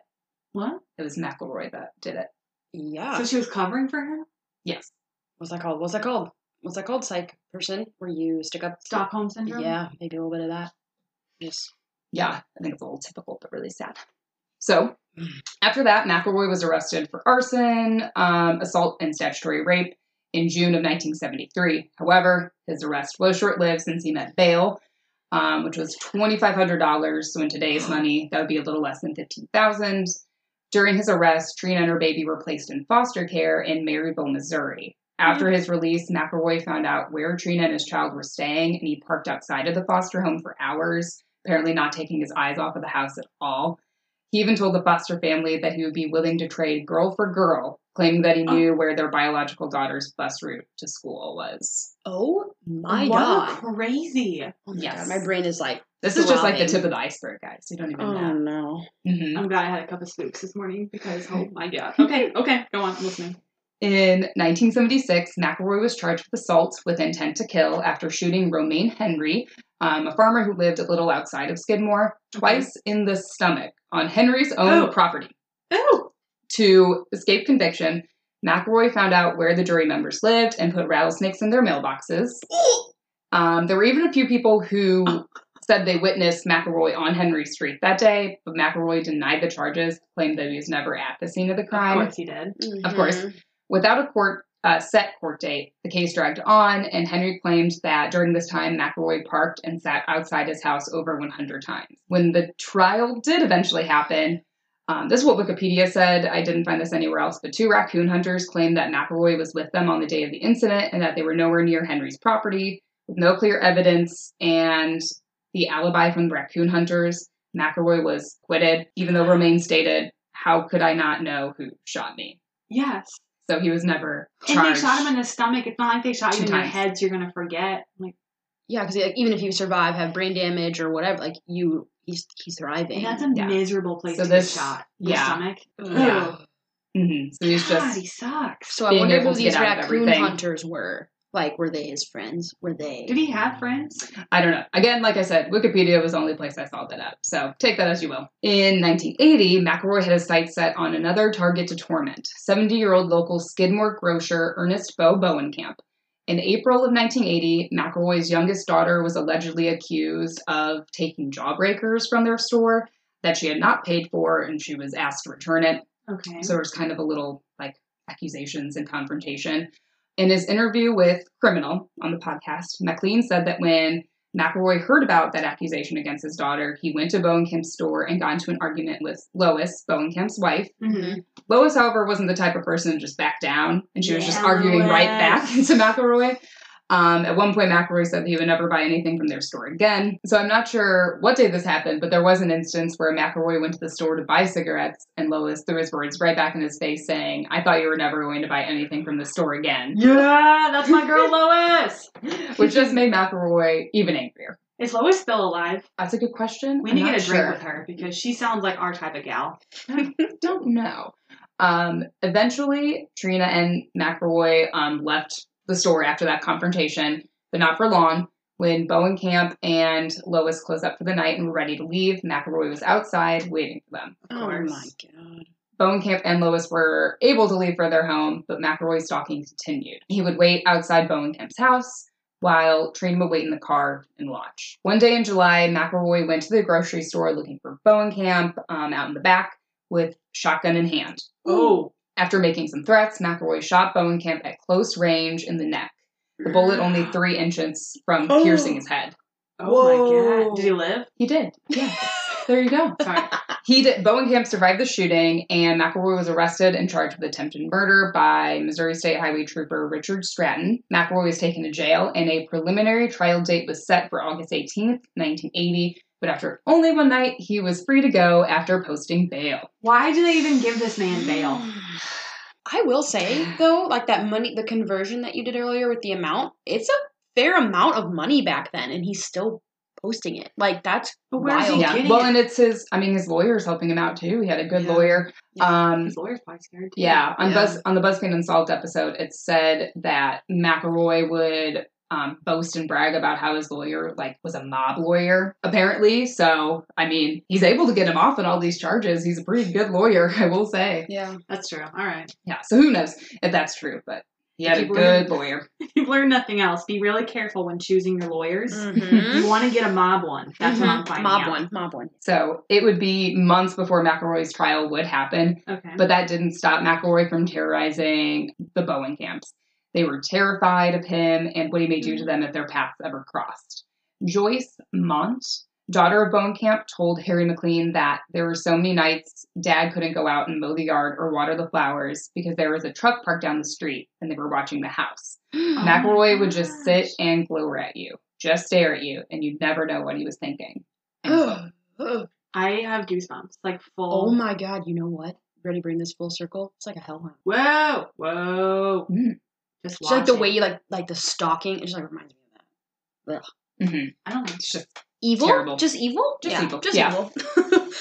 What?
it was McElroy that did it.
Yeah.
So she was covering for him?
Yes.
What's that called? What's that called? What's that called? Psych person where you stick up.
Stockholm syndrome?
Yeah, maybe a little bit of that. Just
Yeah, I think it's a little typical, but really sad. So, after that, McElroy was arrested for arson, um, assault, and statutory rape in June of 1973. However, his arrest was short lived since he met bail, um, which was $2,500. So, in today's money, that would be a little less than $15,000. During his arrest, Trina and her baby were placed in foster care in Maryville, Missouri. After his release, McElroy found out where Trina and his child were staying, and he parked outside of the foster home for hours, apparently not taking his eyes off of the house at all. He even told the foster family that he would be willing to trade girl for girl, claiming that he knew where their biological daughter's bus route to school was.
oh my
what
god.
crazy.
Oh my
Yes.
god, my brain is like.
This is just like the
Throbbing.
tip of the iceberg, guys. You don't even
Oh
know.
no.
Mhm.
I'm glad I had a cup of spooks this morning because, oh my god. Okay, okay, go on, I'm listening.
In 1976, McElroy was charged with assault with intent to kill after shooting Romaine Henry, um, a farmer who lived a little outside of Skidmore, twice in the stomach on Henry's own
Oh.
property.
Oh!
To escape conviction, McElroy found out where the jury members lived and put rattlesnakes in their mailboxes. Um, there were even a few people who said they witnessed McElroy on Henry Street that day, but McElroy denied the charges, claimed that he was never at the scene of the
Of
crime.
course he did.
Of course.
Mhm.
Without a court uh, set court date, the case dragged on, and Henry claimed that during this time, McElroy parked and sat outside his house over 100 times. When the trial did eventually happen, um, this is what Wikipedia said. I didn't find this anywhere else, but two raccoon hunters claimed that McElroy was with them on the day of the incident and that they were nowhere near Henry's property with no clear evidence. And the alibi from the raccoon hunters, McElroy was acquitted, even though Romaine stated, How could I not know who shot me?
Yes.
So he was never
And
charged.
they shot him in the stomach. It's not like they shot
Two
you in the
times.
head, so you're gonna forget. Like,
Yeah, because like, even if you survive, have brain damage or whatever, like you, he's he's thriving. Mm.
and that's a
Yeah.
miserable place
So
to
this-
be shot.
yeah.
Your stomach.
Yeah.
Ugh.
Mhm. So he's
God, he
just
sucks.
So I
being
wonder
able
who
to
these
get out of
raccoon
everything.
hunters were. Like, were they his friends? Were they?
Did he have friends?
I don't know. Again, like I said, Wikipedia was the only place I saw that up. So take that as you will. In 1980, McElroy had his sights set on another target to torment: 70-year-old local Skidmore grocer Ernest Bo Bowenkamp. In April of 1980, McElroy's youngest daughter was allegedly accused of taking jawbreakers from their store that she had not paid for, and she was asked to return it.
Okay.
So there's kind of a little like accusations and confrontation. In his interview with Criminal on the podcast, McLean said that when McElroy heard about that accusation against his daughter, he went to Bowenkamp's store and got into an argument with Lois, Bowenkamp's wife.
Mm-hmm.
Mhm.
Lois, however, wasn't the type of person to just back down, and she was just
Yeah,
arguing right
Lois.
back (laughs) to McElroy. Um, at one point, McElroy said that he would never buy anything from their store again. So I'm not sure what day this happened, but there was an instance where McElroy went to the store to buy cigarettes, and Lois threw his words right back in his face, saying, "I thought you were never going to buy anything from the store again,"
Yeah, that's my girl (laughs) Lois.
which just made McElroy even angrier.
Is Lois still alive?
That's a good question.
We
I'm
need to
not
get a drink
sure.
with her because she sounds like our type of gal.
don't know. Um, eventually, Trina and McElroy um, left the store after that confrontation, but not for long. When Bowen Camp and Lois closed up for the night and were ready to leave, McElroy was outside waiting for them.
oh
course.
my god.
Bowen Camp and Lois were able to leave for their home, but McElroy's stalking continued. He would wait outside Bowen Camp's house while Trina would wait in the car and watch. One day in July, McElroy went to the grocery store looking for Bowen Camp um, out in the back with shotgun in hand.
Oh.
After making some threats, McElroy shot Bowenkamp at close range in the neck. The bullet only three inches from
Oh.
piercing his head.
Oh my
Whoa.
god. Did he live?
He did. Yeah. there you go.
Sorry.
(laughs) He did. Bowenkamp survived the shooting, and McElroy was arrested and charged with attempted murder by Missouri State Highway Trooper Richard Stratton. McElroy was taken to jail, and a preliminary trial date was set for August 18th, 1980. But after only one night, he was free to go after posting bail.
Why do they even give this man bail?
Mm.
(sighs) I will say though, like that money, the conversion that you did earlier with the amount, it's a fair amount of money back then, and he's still posting it. Like that's
But where's
wild.
he
Yeah.
getting
Well,
it?
and it's his. I mean, his lawyer's helping him out too. He had a good
Yeah.
lawyer.
Yeah.
Um,
His lawyer's probably scared. Too.
yeah. On
Yeah.
Buzz on the Buzzfeed Unsolved episode, it said that McElroy would um, boast and brag about how his lawyer like was a mob lawyer apparently. So I mean, he's able to get him off on all these charges. He's a pretty good lawyer, (laughs) I will say.
Yeah.
That's true. All right. (laughs)
Yeah. So who knows if that's true, but he had a
People are-
good lawyer.
You've learned nothing else. Be really careful when choosing your lawyers.
Mm-hmm.
Mhm.
You want to get a mob one. That's what I'm
Mhm.
finding
Mob
out.
one. Mob
(gasps)
one.
So it would be months before McElroy's trial would happen.
Okay.
But that didn't stop McElroy from terrorizing the Bowen camps. They were terrified of him and what he may do
Mm-hmm.
to them if their paths ever crossed. Joyce Mont, daughter of Bowen Camp, told Harry McLean that there were so many nights dad couldn't go out and mow the yard or water the flowers because there was a truck parked down the street and they were watching the house.
Oh my
McElroy would just
gosh.
sit and glare at you, just stare at you, and you'd never know what he was thinking.
(gasps)
Ugh. Ugh.
I have goosebumps. Like
(gasps)
full.
Oh my god, you know what? Ready to bring this full circle? It's like a hellhound.
Whoa. Whoa.
Mm.
Just
It's like the
watch
way
it.
you like like the stalking, it just like reminds me of that.
Mhm.
I don't know.
It's just
Evil?
Terrible.
Just evil?
Just
yeah.
evil.
Just
Yeah.
evil.
(laughs)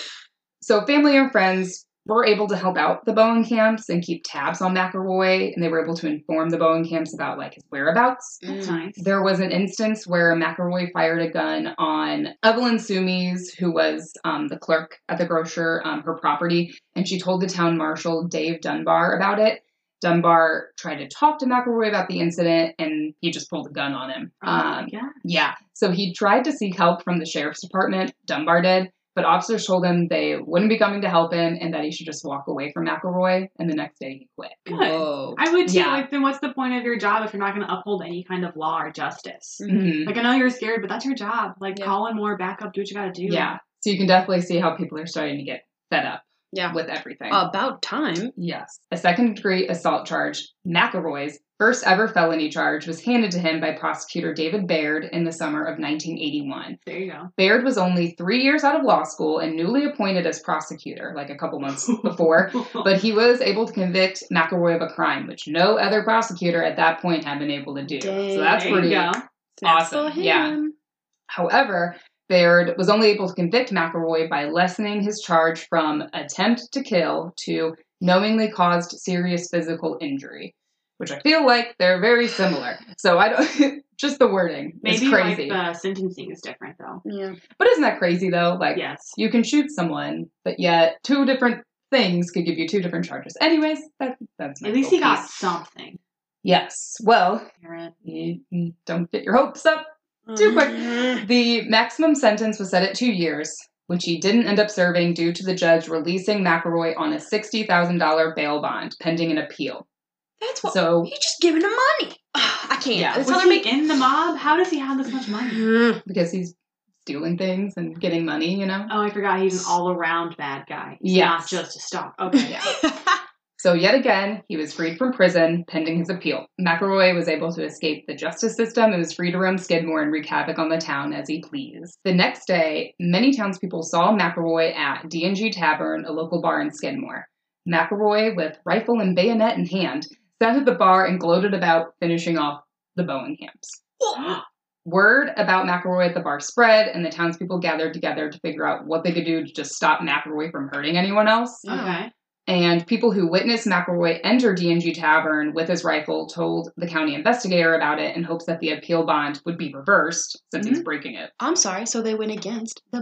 So family and friends were able to help out the Bowen camps and keep tabs on McElroy, and they were able to inform the Bowen camps about like his whereabouts.
That's
Mm.
nice.
There was an instance where McElroy fired a gun on Evelyn Sumies, who was um, the clerk at the grocer, um, her property, and she told the town marshal Dave Dunbar about it. Dunbar tried to talk to McElroy about the incident, and he just pulled a gun on him.
Oh my
Um,
God.
yeah. So he tried to seek help from the sheriff's department, Dunbar did, but officers told him they wouldn't be coming to help him and that he should just walk away from McElroy, and the next day he quit.
Good.
Whoa.
I would too.
Yeah.
Like, then what's the point of your job if you're not going to uphold any kind of law or justice?
Mm-hmm.
Mhm.
Like, I know you're scared, but that's your job. Like,
Yeah.
call in more backup. Do what you got to do.
Yeah. So you can definitely see how people are starting to get fed up
Yeah.
with everything.
About time.
Yes. A second degree assault charge, McElroy's first ever felony charge, was handed to him by prosecutor David Baird in the summer of 1981.
There you go. (laughs)
Baird was only three years out of law school and newly appointed as prosecutor, like a couple months before. But he was able to convict McElroy of a crime, which no other prosecutor at that point had been able to do.
Dang,
so that's
there
pretty.
you go.
Awesome,
For
yeah.
him.
However, Baird was only able to convict McElroy by lessening his charge from attempt to kill to knowingly caused serious physical injury, which I feel like they're very similar. So I don't. (laughs) just the wording
Maybe
is crazy.
like the sentencing is different though.
Yeah.
but isn't that crazy though? Like
Yes.
you can shoot someone, but yet two different things could give you two different charges. Anyways, that, that's my
At least he
little
got
piece.
something.
Yes. Well,
Aaron.
you you don't get your hopes up. Too
Mm-hmm.
quick. The maximum sentence was set at two years, which he didn't end up serving due to the judge releasing McElroy on a $60,000 bail bond pending an appeal.
That's what
So,
you just giving him money. (sighs) Ugh, I can't.
Yeah. Mm-hmm.
That's
Was
how
he
they're making
in the mob? How does he have this
(sighs)
much
(laughs)
money?
Mm.
because he's stealing things and getting money, you
(laughs)
know?
Oh, I forgot he's an all-around bad guy. He's
Yes.
not just a stock. Okay.
Yeah. So, yet again, he was freed from prison pending his appeal. McElroy was able to escape the justice system and was free to roam Skidmore and wreak havoc on the town as he pleased. The next day, many townspeople saw McElroy at D&G Tavern, a local bar in Skidmore. McElroy, with rifle and bayonet in hand, sat at the bar and gloated about finishing off the Bowen camps. Word about McElroy at the bar spread, and the townspeople gathered together to figure out what they could do to just stop McElroy from hurting anyone else.
Okay.
And people who witnessed McElroy enter D&G Tavern with his rifle told the county investigator about it in hopes that the appeal bond would be reversed since
Mm-hmm.
he's breaking it.
I'm sorry. So they went against the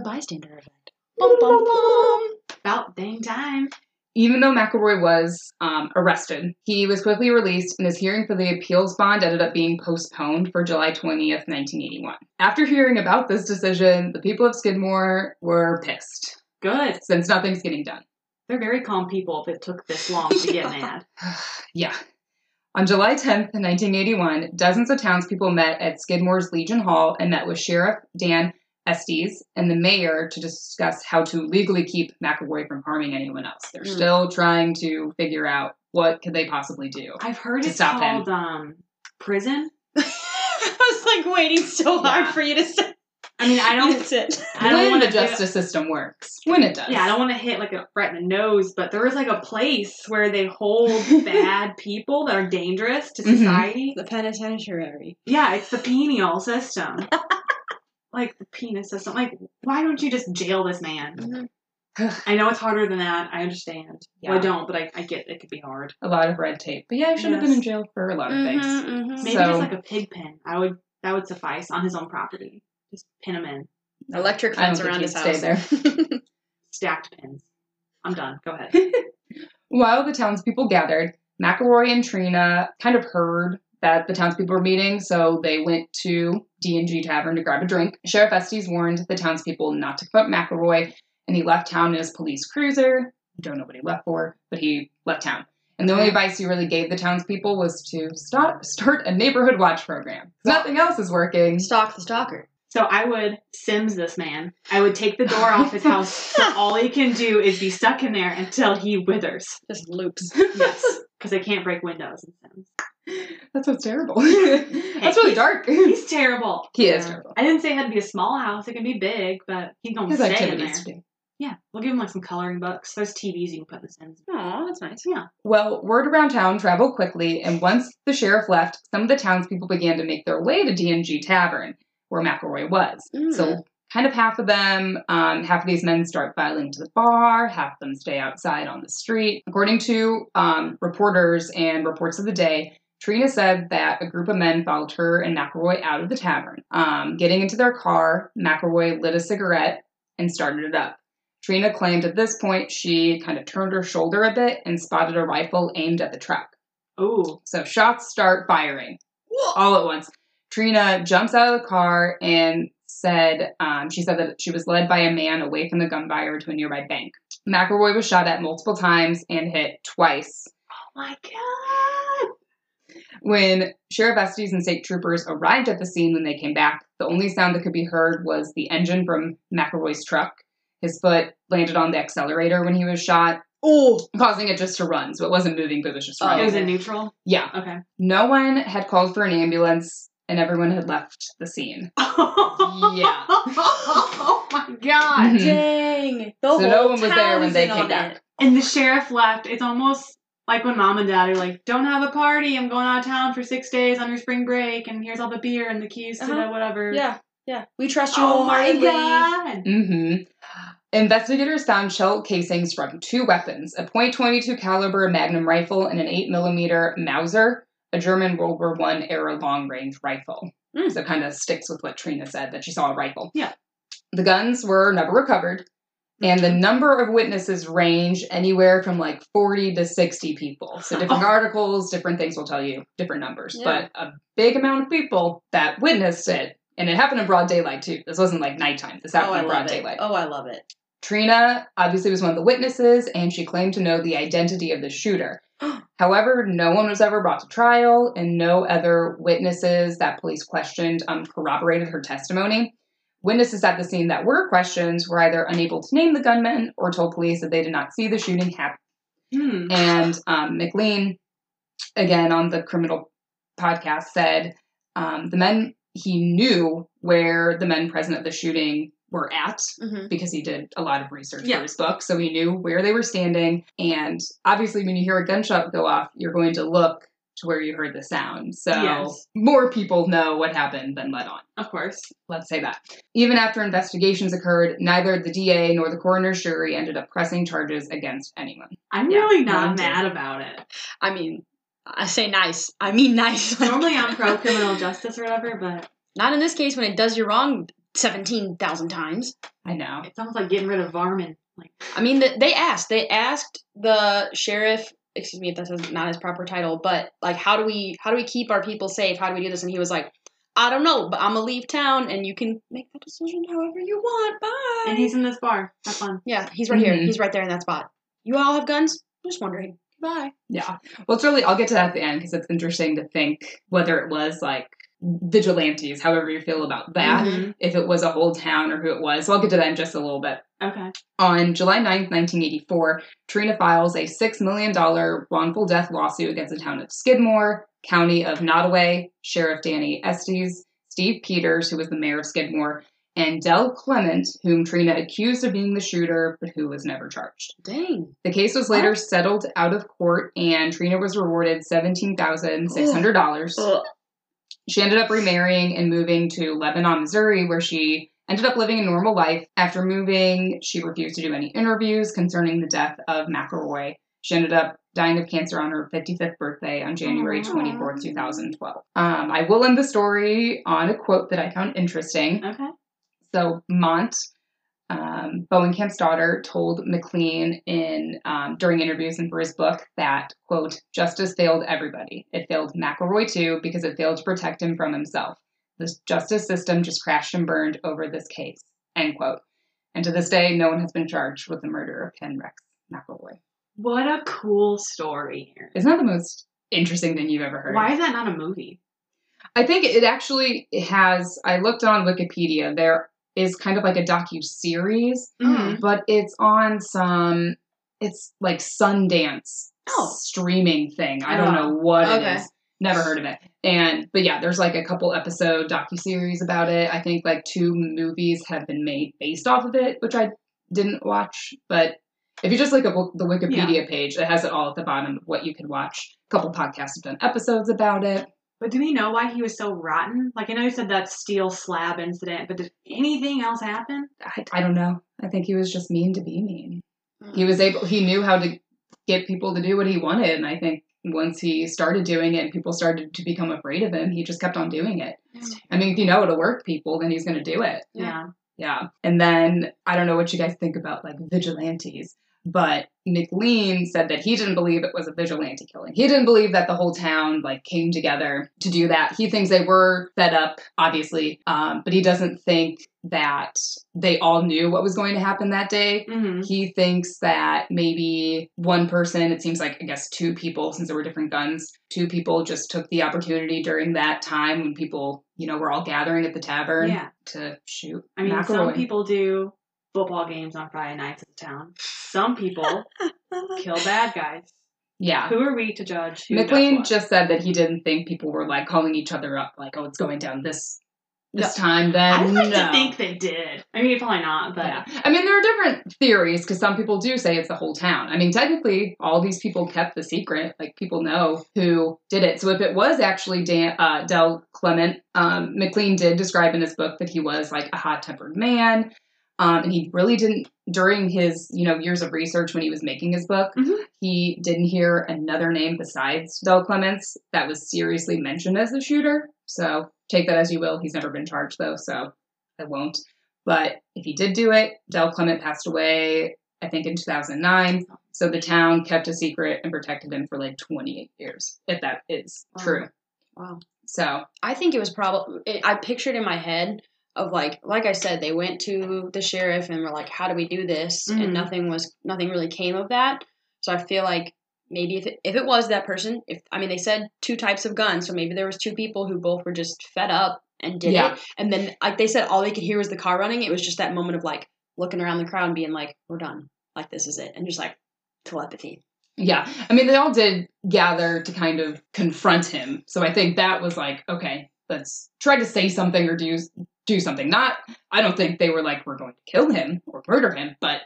(laughs)
bystander effect. Bum, bum, bum.
About dang time.
Even though McElroy was um, arrested, he was quickly released, and his hearing for the appeals bond ended up being postponed for July 20th, 1981. After hearing about this decision, the people of Skidmore were pissed
Good.
since nothing's getting done.
They're very calm people if it took this long to (laughs) get mad.
yeah. On July 10th, 1981, dozens of townspeople met at Skidmore's Legion Hall and met with Sheriff Dan Estes and the mayor to discuss how to legally keep McAvoy from harming anyone else.
Hmm.
They're
Mm.
still trying to figure out what could they possibly do.
I've heard
To
it's
stop him.
called um prison.
(laughs) I was like waiting so hard
Yeah.
for you to (laughs) say.
I mean, I (laughs) don't
That's it.
I don't
when
want
the
to
justice system works. When it does.
Yeah, I don't want to hit like a right in the nose, but there is like a place where they (laughs) hold bad people that are dangerous to
Mhm.
society.
The penitentiary.
Yeah, it's the penial system. (laughs) like the penis system. Like, why don't you just jail this man?
Mm-hmm.
I know it's harder than that. I understand. Well,
Yeah.
I don't, but I, I get it could be hard.
A lot of red tape. But yeah, I should have been
Yes.
Mm-hmm,
Mm-hmm.
in jail for a lot of things.
Mhm, mhm.
Maybe
So-
just like a pig pen. I would That would suffice on his own property. Just pin him in.
Electric
I don't
fence
think
around
he'd
his
stay
house.
(laughs)
Stacked pins. I'm done. Go ahead.
While the townspeople gathered, McElroy and Trina kind of heard that the townspeople were meeting, so they went to D&G Tavern to grab a drink. Sheriff Estes warned the townspeople not to foot McElroy, and he left town in his police cruiser. Don't know what he left for, but he left town. And the only advice he really gave the townspeople was to stop, start a neighborhood watch program. Nothing else is working. (laughs)
(laughs) Stalk the stalker.
So I would Sims this man. I would take the door off his house so all he can do is be stuck in there until he withers.
Just
(laughs)
loops.
Yes. (laughs) Because I can't break windows in Sims.
That's so terrible. That's really
he's-
dark.
He's terrible.
He is
Yeah.
terrible.
I didn't say it had to be a small house. It can be big, but he's going to
His
stay in there.
activities. do.
Yeah. We'll give him like some coloring books. There's TVs you can put in the Sims.
Aw, that's nice.
Yeah.
Well, word around town traveled quickly, and once the sheriff left, some of the townspeople began to make their way to D&G Tavern, where McElroy was.
Mm.
So, kind of half of them, um, half of these men start filing to the bar, half of them stay outside on the street. According to um, reporters and reports of the day, Trina said that a group of men followed her and McElroy out of the tavern. Um, getting into their car, McElroy lit a cigarette and started it up. Trina claimed at this point she kind of turned her shoulder a bit and spotted a rifle aimed at the truck.
Oh.
So shots start firing all at once. Trina jumps out of the car and said um, she said that she was led by a man away from the gunfire to a nearby bank. McElroy was shot at multiple times and hit twice.
Oh my God.
When Sheriff Estes and state troopers arrived at the scene when they came back, the only sound that could be heard was the engine from McElroy's truck. His foot landed on the accelerator when he was shot,
Oh,
causing it just to run. So it wasn't moving, but it was just
Oh.
running.
It was in neutral.
yeah.
Okay.
No one had called for an ambulance and everyone had left the scene.
yeah. oh my God.
Mhm.
dang.
The
So no
whole
one was there
town
when
is
they
in
came
on
back.
it.
And the sheriff left. It's almost like when mom and dad are like, "Don't have a party. I'm going out of town for six days on your spring break, and here's all the beer and the keys to the
Uh-huh.
whatever."
Yeah, yeah. We trust you
Oh my
wholeheartedly.
god.
Mm-hmm. Investigators found shell casings from two weapons: a .22 caliber Magnum rifle and an 8mm Mauser, a German World War One era long-range rifle.
Mm.
So kind of sticks with what Trina said that she saw a rifle.
Yeah.
The guns were never recovered, and the number of witnesses range anywhere from like 40 to 60 people. So different
Oh.
articles, different things will tell you different numbers,
Yeah.
but a big amount of people that witnessed it. And it happened in broad daylight too. This wasn't like nighttime. This
Oh,
happened
I
in broad
love it.
daylight.
Oh, I love it.
Trina obviously was one of the witnesses, and she claimed to know the identity of
(gasps)
the shooter. However, no one was ever brought to trial, and no other witnesses that police questioned um, corroborated her testimony. Witnesses at the scene that were questioned were either unable to name the gunman or told police that they did not see the shooting happen.
Hmm.
And um, McLean, again on the criminal podcast, said um, the men he knew where the men present at the shooting were at
Mhm.
because he did a lot of research
Yeah.
for his book, so he knew where they were standing. And obviously, when you hear a gunshot go off, you're going to look to where you heard the sound. So
Yes.
more people know what happened than let on.
Of course.
Let's say that. Even after investigations occurred, neither the DA nor the coroner's jury ended up pressing charges against anyone.
I'm
Yeah,
really not
mine too.
mad about it.
I mean, I say nice. I mean nice.
Normally I'm
(laughs)
pro criminal justice or whatever, but
Not in this case when it does you wrong 17,000 times.
I know.
it's almost like getting rid of varmin. Like
I mean, th- they asked. They asked the sheriff. Excuse me if that's not his proper title, but like, how do we how do we keep our people safe? How do we do this? And he was like, I don't know, but I'm gonna leave town, and you can make that decision however you want. Bye.
and he's Mm-hmm. in this bar. Have fun.
yeah, he's right
Mhm.
here. He's right there in that spot. You all have guns? I'm just wondering. Bye.
Yeah. Well, it's really, I'll get to that at the end because it's interesting to think whether it was like vigilantes, however you feel about that,
Mhm.
if it was a whole town or who it was. So I'll get to that in just a little bit.
Okay.
On July 9th, 1984, Trina files a $6 million wrongful death lawsuit against the town of Skidmore, County of Nottoway, Sheriff Danny Estes, Steve Peters, who was the mayor of Skidmore, and Del Clement, whom Trina accused of being the shooter, but who was never charged.
Dang.
The case was later settled out of court, and Trina was rewarded seventeen thousand six hundred dollars.
Ugh.
She ended up remarrying and moving to Lebanon, Missouri, where she ended up living a normal life. After moving, she refused to do any interviews concerning the death of McElroy. She ended up dying of cancer on her 55th birthday on January
Aw.
24th, 2012. Um, I will end the story on a quote that I found interesting.
Okay.
So Mont, um, Bowenkamp's daughter, told McLean in um, during interviews and for his book that quote justice failed everybody. It failed McElroy too because it failed to protect him from himself. The justice system just crashed and burned over this case. End quote. And to this day, no one has been charged with the murder of Ken Rex McElroy.
What a cool story. Erin.
Isn't that the most interesting thing you've ever heard?
Why is that not a movie?
I think it actually has. I looked on Wikipedia. There is kind of like a docu series
Mm-hmm.
Mhm.
Um, but it's on some it's like Sundance
Oh.
streaming thing. I don't know what
Okay.
it is. Never heard of it. And but yeah, there's like a couple episode docu series about it. I think like two movies have been made based off of it, which I didn't watch. But if you just look up the Wikipedia page, it has it all at the bottom of what you can watch. A couple podcasts have done episodes about it.
But do we know why he was so rotten? Like I know you said that steel slab incident, but did anything else happen?
I, I don't know. I think he was just mean to be mean. he was able he knew how to get people to do what he wanted and i think once he started doing it and people started to become afraid of him he just kept on doing it i mean if you know it'll work people then he's going to do it
Yeah.
yeah and then i don't know what you guys think about like vigilantes but mclean said that he didn't believe it was a vigilante killing he didn't believe that the whole town like came together to do that he thinks they were fed up obviously um, but he doesn't think that they all knew what was going to happen that day
Yeah. hmm
he thinks that maybe one person, it seems like, I guess, two people, since there were different guns, two people just took the opportunity during that time when people, you know, were all gathering at the tavern
Yeah.
to shoot.
I mean, some
McElroy.
people do football games on Friday nights in town. Some people
Oh.
kill bad guys.
Yeah.
Who are we to judge? Who does
McLean
what?
just said that he didn't think people were like calling each other up, like, oh, it's going down this this time, then.
I like
no.
to think they did. I mean, probably not, but
Yeah. I mean, there are different theories because some people do say it's the whole town. I mean, technically, all these people kept the secret. Like, people know who did it. So, if it was actually Dan, uh, Del Clement, um, McLean did describe in his book that he was like a hot tempered man. Um, and he really didn't, during his, you know, years of research when he was making his book,
Mhm.
he didn't hear another name besides Del Clements that was seriously mentioned as the shooter. So take that as you will. He's never been charged though, so I won't. But if he did do it, Del Clement passed away, I think, in 2009. So the town kept a secret and protected him for like 28 years, if that is
Wow.
true.
Wow.
So
I think it was probably. I pictured in my head of like, like I said, they went to the sheriff and were like, "How do we do this?"
Mhm.
And nothing was, nothing really came of that. So I feel like maybe if it, if it was that person, if I mean, they said two types of guns, so maybe there was two people who both were just fed up and did
Yeah.
it. And then, like they said, all they could hear was the car running. It was just that moment of like looking around the crowd and being like, "We're done. Like this is it," and just like telepathy.
Yeah. I mean, they all did gather to kind of confront him. So I think that was like, okay, let's try to say something or do do something. Not, I don't think they were like, we're going to kill him or murder him, but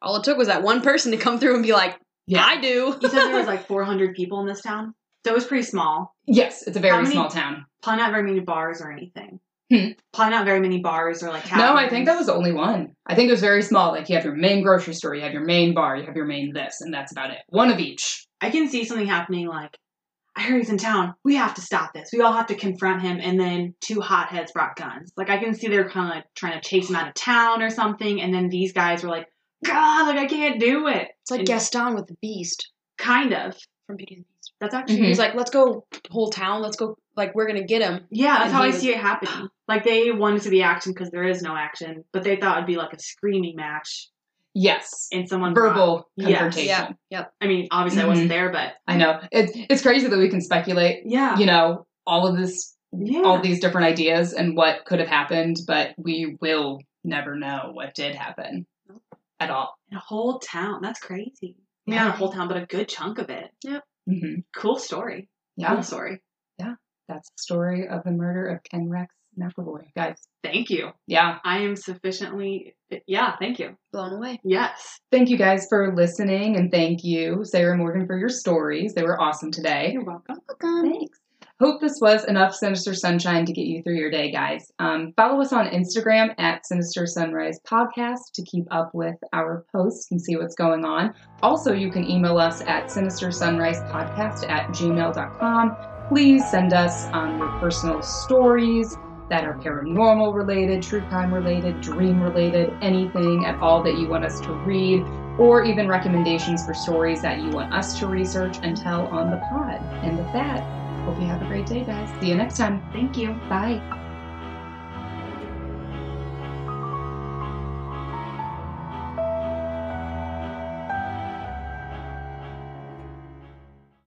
All it took was that one person to come through and be like,
yeah.
"I do."
you said there was like 400 people in this town, so it was pretty small.
yes, it's a very
How many-
small town.
Probably not very many bars or anything.
Hmm.
Probably not very many bars or like.
No, I think that was
taverns.
the only one. I think it was very small. Like, you have your main grocery store, you have your main bar, you have your main this, and that's about it. One of each.
I can see something happening like. I heard he's in town. We have to stop this. We all have to confront him. And then two hotheads brought guns. Like I can see they're kind of like trying to chase him out of town or something. And then these guys were like, "God, like I can't do it."
It's like
And-
Gaston with the Beast
Kind of.
from Beauty and the Beast.
That's actually
Mhm.
He's like, let's go whole town. Let's go. Like, we're gonna get him.
Yeah, that's
And
how
he
I
was-
see it happening. Like they wanted to be action because there is no action, but they thought it'd be like a screaming match
Yes.
and someone
Verbal
Yes.
confrontation.
Yeah. Yep.
I mean, obviously I wasn't there, but
I know. It's, it's crazy that we can speculate,
yeah,
you know, all of this
yeah.
all these different ideas and what could have happened, but we will never know what did happen at all.
And a whole town. That's crazy. I mean, Not a whole town, but a good chunk of it.
hmm
Cool story.
Yeah,
Cool story.
that's the story of the murder of Ken Rex McElroy, guys.
Thank you.
Yeah,
I am sufficiently. Yeah, thank you.
Blown away.
Yes.
thank you guys for listening, and thank you, Sarah and Morgan, for your stories. They were awesome today.
You're welcome.
Thanks. Um, Hope this was enough Sinister Sunshine to get you through your day, guys. Um, follow us on Instagram at Sinister Sunrise Podcast to keep up with our posts and see what's going on. Also, you can email us at sinistersunrisepodcast at gmail.com. Please send us um, your personal stories that are paranormal related, true crime related, dream related, anything at all that you want us to read, or even recommendations for stories that you want us to research and tell on the pod. And with that, Hope you have a great day, guys. See you next time.
Thank you.
Bye.